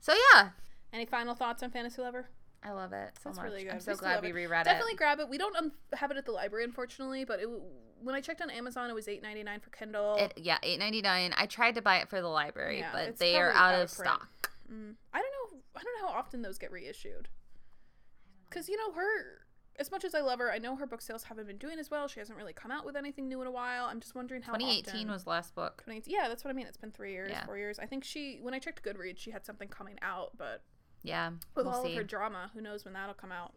Speaker 3: so yeah,
Speaker 1: Any final thoughts on Fantasy Lover?
Speaker 3: I love it so
Speaker 1: That's
Speaker 3: much.
Speaker 1: really good.
Speaker 3: I'm
Speaker 1: We
Speaker 3: so
Speaker 1: still
Speaker 3: glad
Speaker 1: have
Speaker 3: we
Speaker 1: it.
Speaker 3: reread
Speaker 1: Definitely
Speaker 3: it.
Speaker 1: grab it. We don't um, have it at the library, unfortunately, but it, w- when I checked on Amazon, it was eight ninety nine for Kindle.
Speaker 3: It, yeah, eight ninety nine. I tried to buy it for the library,
Speaker 1: Yeah,
Speaker 3: but
Speaker 1: it's
Speaker 3: they are
Speaker 1: probably
Speaker 3: out,
Speaker 1: out
Speaker 3: of
Speaker 1: of print.
Speaker 3: stock.
Speaker 1: Mm. I don't know. I don't know how often those get reissued. Because you know her. As much as I love her, I know her book sales haven't been doing as well. She hasn't really come out with anything new in a while. I'm just wondering how
Speaker 3: Twenty eighteen
Speaker 1: often-
Speaker 3: was the last book.
Speaker 1: 2018. Yeah, that's what I mean. It's been three years,
Speaker 3: Yeah.
Speaker 1: four years. I think she, when I checked Goodreads, she had something coming out, but
Speaker 3: Yeah,
Speaker 1: with
Speaker 3: we'll
Speaker 1: all
Speaker 3: see.
Speaker 1: of her drama, who knows when that'll come out.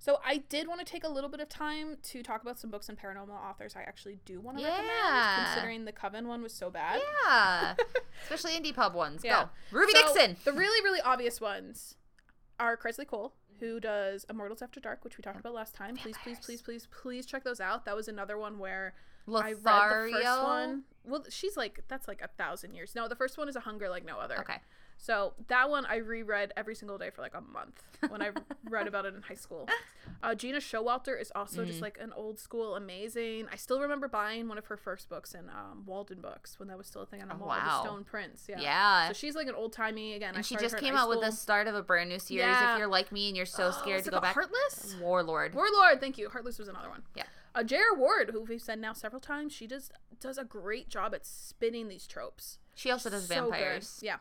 Speaker 1: So I did want to take a little bit of time to talk about some books and paranormal authors I actually do want to recommend,
Speaker 3: Yeah.
Speaker 1: considering the Coven one was so bad.
Speaker 3: yeah, especially indie pub ones.
Speaker 1: Yeah.
Speaker 3: Go, Ruby
Speaker 1: So,
Speaker 3: Dixon.
Speaker 1: The really, really obvious ones are Cressley Cole, who does Immortals After Dark, which we talked about last time. Please, please,
Speaker 3: Vampires.
Speaker 1: please, please, please check those out. That was another one where
Speaker 3: Lothario.
Speaker 1: I read the first one. Well, she's like that's like a thousand years. No, the first one is a hunger like no other.
Speaker 3: Okay.
Speaker 1: So that one I reread every single day for like a month when I read about it in high school. Uh, Gina Showalter is also
Speaker 3: Mm.
Speaker 1: just like an old school amazing. I still remember buying one of her first books in um, Walden Books when that was still a thing on a
Speaker 3: Oh,
Speaker 1: wall.
Speaker 3: wow.
Speaker 1: The Stone Prince. Yeah.
Speaker 3: Yeah.
Speaker 1: So she's like an old timey again. I
Speaker 3: and she
Speaker 1: started
Speaker 3: just
Speaker 1: her in
Speaker 3: came
Speaker 1: high
Speaker 3: out with the
Speaker 1: school.
Speaker 3: start of a brand new series.
Speaker 1: Yeah.
Speaker 3: If you're like me and you're so
Speaker 1: Oh,
Speaker 3: scared
Speaker 1: is
Speaker 3: to
Speaker 1: it
Speaker 3: go
Speaker 1: called
Speaker 3: back,
Speaker 1: Heartless.
Speaker 3: Warlord.
Speaker 1: Warlord, thank you. Heartless was another one.
Speaker 3: Yeah.
Speaker 1: Uh, J.R. Ward, who we've said now several times, she just does a great job at spinning these tropes.
Speaker 3: She also does
Speaker 1: So good.
Speaker 3: vampires.
Speaker 1: Yeah.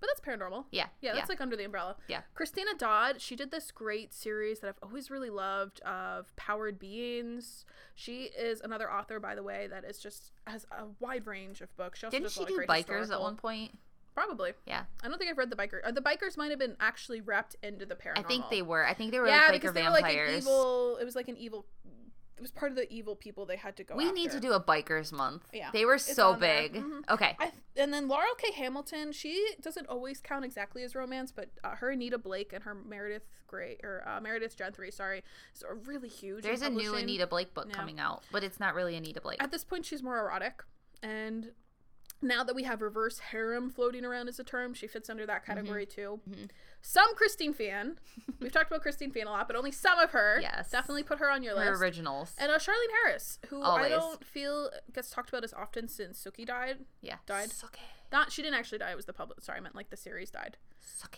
Speaker 1: But that's paranormal.
Speaker 3: Yeah.
Speaker 1: Yeah, that's like under the umbrella.
Speaker 3: Yeah.
Speaker 1: Christina Dodd, she did this great series that I've always really loved of powered beings. She is another author, by the way, that is just has a wide range of books. She also
Speaker 3: Didn't
Speaker 1: does a
Speaker 3: she
Speaker 1: lot
Speaker 3: do
Speaker 1: of great
Speaker 3: bikers at
Speaker 1: historical-
Speaker 3: one point?
Speaker 1: Probably.
Speaker 3: Yeah.
Speaker 1: I don't think I've read the biker. Uh, the bikers might have been actually wrapped into the paranormal.
Speaker 3: I think they were. I think they were
Speaker 1: yeah,
Speaker 3: like biker
Speaker 1: because they were like an
Speaker 3: vampires.
Speaker 1: evil. It was like an evil. It was part of the evil people they had to go.
Speaker 3: we need to
Speaker 1: after.
Speaker 3: do a bikers month.
Speaker 1: Yeah,
Speaker 3: They were
Speaker 1: it's
Speaker 3: so
Speaker 1: on there.
Speaker 3: big.
Speaker 1: Mhm.
Speaker 3: Okay.
Speaker 1: I, and then Laurel K. Hamilton, she doesn't always count exactly as romance, but uh, her Anita Blake and her Meredith Gray or uh, Meredith Gentry, sorry, is a really huge. in
Speaker 3: There's a new
Speaker 1: publishing.
Speaker 3: Anita Blake book
Speaker 1: Yeah.
Speaker 3: coming out, but it's not really Anita Blake.
Speaker 1: At this point, she's more erotic, and now that we have reverse harem floating around as a term, she fits under that category too.
Speaker 3: Mhm.
Speaker 1: Some Christine Fan, we've talked about Christine Fan a lot, but only some of her.
Speaker 3: Yes.
Speaker 1: definitely put her on your
Speaker 3: Her
Speaker 1: list.
Speaker 3: originals.
Speaker 1: And uh, Charlene Harris, who I
Speaker 3: Always.
Speaker 1: don't feel gets talked about as often since Suki died.
Speaker 3: yeah.
Speaker 1: died.
Speaker 3: Suke.
Speaker 1: Not she didn't actually die. It was the public. Sorry, I meant like the series died.
Speaker 3: Suke.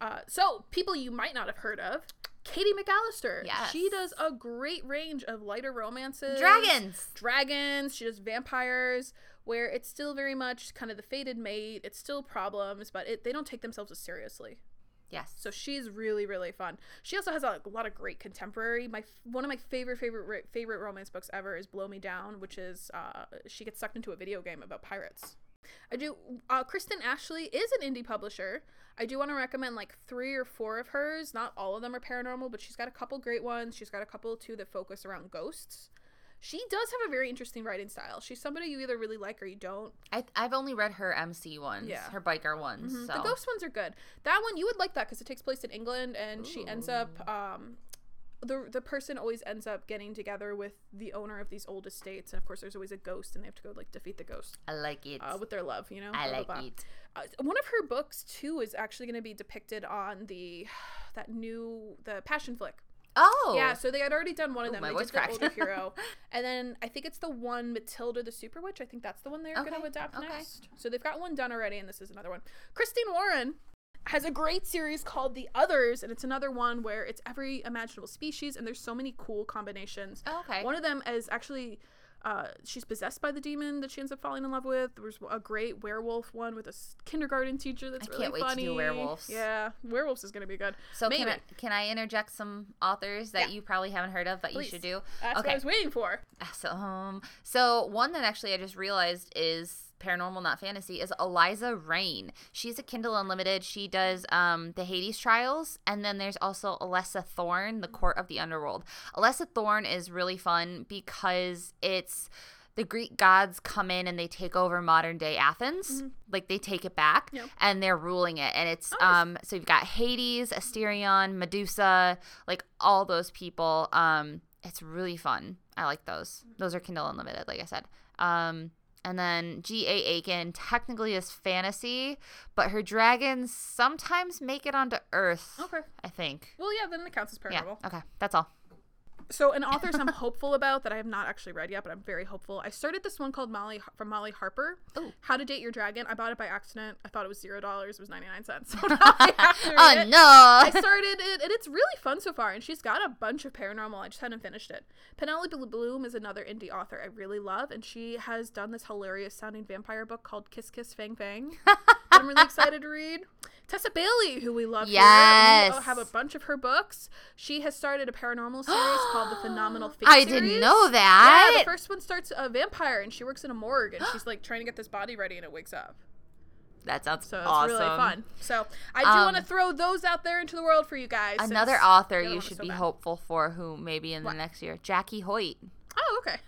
Speaker 1: Uh, so people you might not have heard of, Katie McAllister.
Speaker 3: Yes.
Speaker 1: she does a great range of lighter romances.
Speaker 3: Dragons.
Speaker 1: Dragons. She does vampires, where it's still very much kind of the fated mate. It's still problems, but it, they don't take themselves as seriously.
Speaker 3: Yes.
Speaker 1: So she's really really fun. She also has a lot of great contemporary. My one of my favorite favorite ra- favorite romance books ever is Blow Me Down, which is uh, she gets sucked into a video game about pirates. I do. Uh, Kristen Ashley is an indie publisher. I do want to recommend like three or four of hers. Not all of them are paranormal, but she's got a couple great ones. She's got a couple too that focus around ghosts. She does have a very interesting writing style. She's somebody you either really like or you don't.
Speaker 3: I, I've only read her MC ones,
Speaker 1: Yeah.
Speaker 3: her biker ones.
Speaker 1: Mhm.
Speaker 3: So.
Speaker 1: The ghost ones are good. That one you would like that because it takes place in England, and she ends up.
Speaker 3: Ooh.
Speaker 1: Um, the the person always ends up getting together with the owner of these old estates, and of course, there's always a ghost, and they have to go like defeat the ghost
Speaker 3: I like it.
Speaker 1: uh, with their love. You know, blah,
Speaker 3: I
Speaker 1: blah,
Speaker 3: like
Speaker 1: blah.
Speaker 3: it.
Speaker 1: Uh, one of her books too is actually going to be depicted on the that new the passion flick.
Speaker 3: Oh.
Speaker 1: Yeah, so they had already done one of
Speaker 3: Ooh,
Speaker 1: them.
Speaker 3: my
Speaker 1: they
Speaker 3: voice
Speaker 1: did the
Speaker 3: cracked.
Speaker 1: older hero, and then I think it's the one Matilda the Super Witch. I think that's the one they're going to
Speaker 3: Okay,
Speaker 1: adapt
Speaker 3: okay.
Speaker 1: next. So they've got one done already, and this is another one. Christine Warren has a great series called The Others, and it's another one where it's every imaginable species, and there's so many cool combinations.
Speaker 3: Oh, okay.
Speaker 1: One of them is actually. Uh, she's possessed by the demon that she ends up falling in love with. There was a great werewolf one with a s- kindergarten teacher that's
Speaker 3: I
Speaker 1: really
Speaker 3: can't wait to
Speaker 1: funny.
Speaker 3: do werewolves.
Speaker 1: Yeah, werewolves is gonna be good.
Speaker 3: so can I,
Speaker 1: maybe.
Speaker 3: can I interject some authors that you probably haven't heard of, but
Speaker 1: Please.
Speaker 3: you should do?
Speaker 1: That's what I
Speaker 3: Okay.
Speaker 1: was waiting for.
Speaker 3: Awesome. So one that actually I just realized is paranormal, not fantasy, is Eliza Rain. She's a Kindle Unlimited. She does um, the Hades Trials, and then there's also Alessa Thorne, the Court of the Underworld. Alessa Thorne is really fun because it's the Greek gods come in and they take over modern day Athens, like they take it back
Speaker 1: Mm-hmm. Yep.
Speaker 3: and they're ruling it. And it's
Speaker 1: Oh, nice.
Speaker 3: um so you've got Hades, Asterion, Medusa, like all those people. Um, it's really fun. I like those. Those are Kindle Unlimited, like I said. Um, and then G. A. Aiken technically is fantasy, but her dragons sometimes make it onto Earth.
Speaker 1: Okay.
Speaker 3: I think.
Speaker 1: Well, yeah, then it counts as paranormal.
Speaker 3: Yeah. Okay. That's all.
Speaker 1: So, an authors I'm hopeful about that I have not actually read yet, but I'm very hopeful. I started this one called Molly from Molly Harper,
Speaker 3: Ooh.
Speaker 1: How to Date Your Dragon. I bought it by accident. I thought it was zero dollars. It was ninety nine cents. So now I have to read
Speaker 3: oh
Speaker 1: it. I
Speaker 3: no.
Speaker 1: started it, and it's really fun so far. And she's got a bunch of paranormal. I just hadn't finished it. Penelope Bloom is another indie author I really love, and she has done this hilarious sounding vampire book called Kiss Kiss Fang Fang. that I'm really excited to read. Tessa Bailey, who we love here, we
Speaker 3: Yes.
Speaker 1: have a bunch of her books. She has started a paranormal series called The Phenomenal Fate.
Speaker 3: I didn't
Speaker 1: series.
Speaker 3: know that.
Speaker 1: Yeah, the first one starts a vampire, and she works in a morgue, and she's like trying to get this body ready, and it wakes up.
Speaker 3: that sounds
Speaker 1: So it's
Speaker 3: awesome.
Speaker 1: really fun. So I do
Speaker 3: Um,
Speaker 1: want to throw those out there into the world for you guys. since
Speaker 3: Another
Speaker 1: the
Speaker 3: author
Speaker 1: other one
Speaker 3: you
Speaker 1: was
Speaker 3: should
Speaker 1: so
Speaker 3: be
Speaker 1: bad.
Speaker 3: hopeful for, who maybe in
Speaker 1: What?
Speaker 3: the next year, Jackie Hoyt,
Speaker 1: Oh, okay.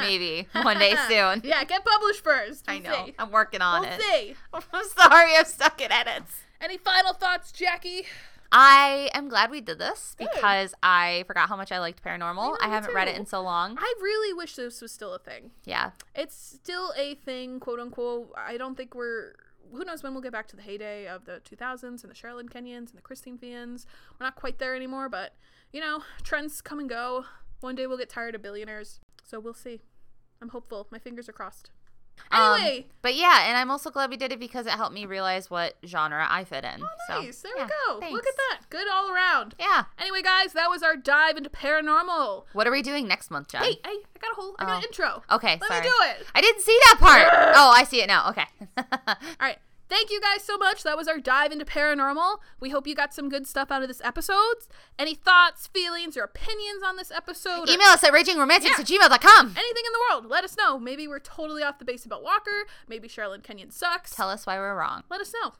Speaker 3: maybe one day soon.
Speaker 1: yeah, get published 1st
Speaker 3: I know. I'm working on
Speaker 1: we'll
Speaker 3: it.
Speaker 1: see.
Speaker 3: I'm sorry, I'm stuck in edits.
Speaker 1: Any final thoughts, Jackie?
Speaker 3: I am glad we did this
Speaker 1: Good.
Speaker 3: because I forgot how much I liked paranormal.
Speaker 1: I know,
Speaker 3: I
Speaker 1: me
Speaker 3: haven't read it
Speaker 1: too.
Speaker 3: in so long.
Speaker 1: I really wish this was still a thing.
Speaker 3: Yeah.
Speaker 1: It's still a thing, quote unquote. I don't think we're. Who knows when we'll get back to the heyday of the 2000s and the Sherilyn Kenyans and the Christine Fians. We're not quite there anymore, but you know, trends come and go. One day we'll get tired of billionaires, so we'll see. I'm hopeful. My fingers are crossed.
Speaker 3: Um,
Speaker 1: Anyway,
Speaker 3: But yeah, and I'm also glad we did it because it helped me realize what genre I fit in. so,
Speaker 1: Oh, nice. There
Speaker 3: yeah,
Speaker 1: we go. Look at
Speaker 3: thanks.
Speaker 1: that. Good all around.
Speaker 3: Yeah.
Speaker 1: Anyway, guys, that was our dive into paranormal.
Speaker 3: What are we doing next month, Jen?
Speaker 1: Hey, hey, I got a whole, I got an
Speaker 3: Oh.
Speaker 1: intro.
Speaker 3: Okay,
Speaker 1: Let
Speaker 3: sorry.
Speaker 1: me do it.
Speaker 3: I didn't see that part. oh, I see it now. Okay.
Speaker 1: All right. Thank you guys so much. That was our dive into paranormal. We hope you got some good stuff out of this episode. Any thoughts, feelings, or opinions on this episode? or
Speaker 3: Email us at ragingromantics at gmail.com.
Speaker 1: anything in the world, let us know. Maybe we're totally off the base about Walker. Maybe Charlotte Kenyon sucks.
Speaker 3: Tell us why we're wrong.
Speaker 1: let us know.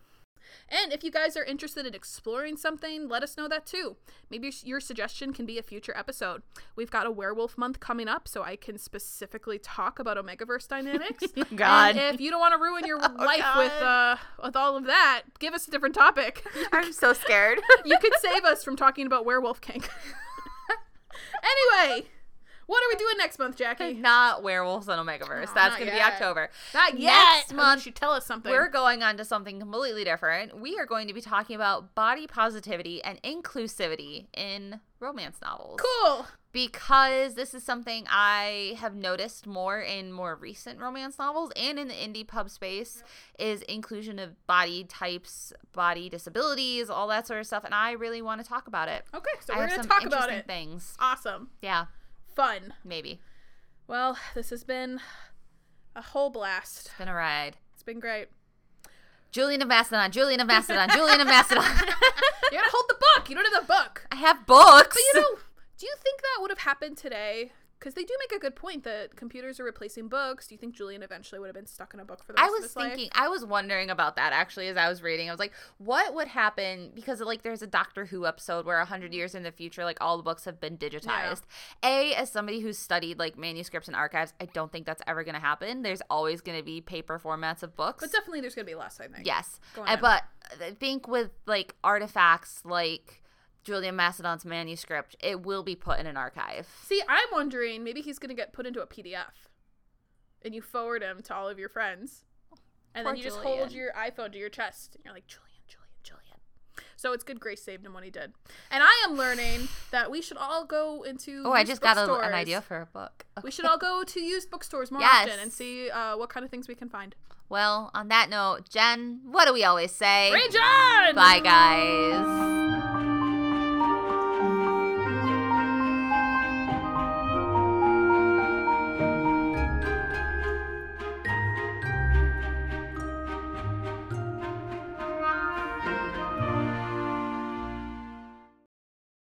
Speaker 1: And if you guys are interested in exploring something, let us know that too. Maybe your- your suggestion can be a future episode. We've got a werewolf month coming up, so I can specifically talk about Omegaverse dynamics.
Speaker 3: Oh, God. Oh,
Speaker 1: And if you don't want to ruin your life with uh,
Speaker 3: God.
Speaker 1: with all of that, give us a different topic.
Speaker 3: I'm so scared.
Speaker 1: you could save us from talking about werewolf kink. anyway, what are we doing next month, Jackie?
Speaker 3: Not werewolves on Omegaverse.
Speaker 1: No,
Speaker 3: That's
Speaker 1: not
Speaker 3: going to be
Speaker 1: yet.
Speaker 3: October.
Speaker 1: Not
Speaker 3: Next
Speaker 1: yet.
Speaker 3: month,
Speaker 1: Unless you tell us something.
Speaker 3: We're going on to something completely different. We are going to be talking about body positivity and inclusivity in romance novels.
Speaker 1: cool.
Speaker 3: Because this is something I have noticed more in more recent romance novels and in the indie pub space is inclusion of body types, body disabilities, all that sort of stuff. And I really want to talk about it.
Speaker 1: Okay, so
Speaker 3: I
Speaker 1: we're
Speaker 3: have
Speaker 1: gonna
Speaker 3: some
Speaker 1: talk about
Speaker 3: interesting
Speaker 1: it.
Speaker 3: things.
Speaker 1: Awesome.
Speaker 3: Yeah,
Speaker 1: Fun.
Speaker 3: maybe.
Speaker 1: Well, this has been a whole blast.
Speaker 3: It's been a ride.
Speaker 1: It's been great.
Speaker 3: Julian of Mastodon, Julian of Mastodon, Julian of Mastodon.
Speaker 1: You gotta hold the book. You don't have the book.
Speaker 3: I have books.
Speaker 1: But you know, do you think that would have happened today? Because they do make a good point that computers are replacing books. Do you think Julian eventually would have been stuck in a book for the
Speaker 3: I
Speaker 1: rest of
Speaker 3: was
Speaker 1: his life?
Speaker 3: thinking, I was wondering about that actually as I was reading. I was like, what would happen? Because, like, there's a Doctor Who episode where 100 years in the future, like, all the books have been digitized. A, as somebody who's studied, like, manuscripts and archives, I don't think that's ever going to happen. There's always going to be paper formats of books.
Speaker 1: But definitely there's gonna be less, I think.
Speaker 3: Yes.
Speaker 1: Go
Speaker 3: Uh,
Speaker 1: on.
Speaker 3: But I think with like artifacts like Julian Macedon's manuscript, it will be put in an archive.
Speaker 1: See, I'm wondering maybe he's gonna get put into a PDF, and you forward him to all of your friends, and
Speaker 3: Poor
Speaker 1: then you just hold
Speaker 3: Julian.
Speaker 1: your iPhone to your chest, and you're like Julian, Julian, Julian. So it's good Grace saved him when he did, and I am learning that we should all go into.
Speaker 3: Oh, I
Speaker 1: used
Speaker 3: just got a,
Speaker 1: bookstores.
Speaker 3: an idea for a book.
Speaker 1: We
Speaker 3: Okay.
Speaker 1: should all go to used bookstores more
Speaker 3: Yes.
Speaker 1: often and see uh, what kind of things we can find.
Speaker 3: Well, on that note, Jen, what do we always say?
Speaker 1: Rage on!
Speaker 3: Bye, guys.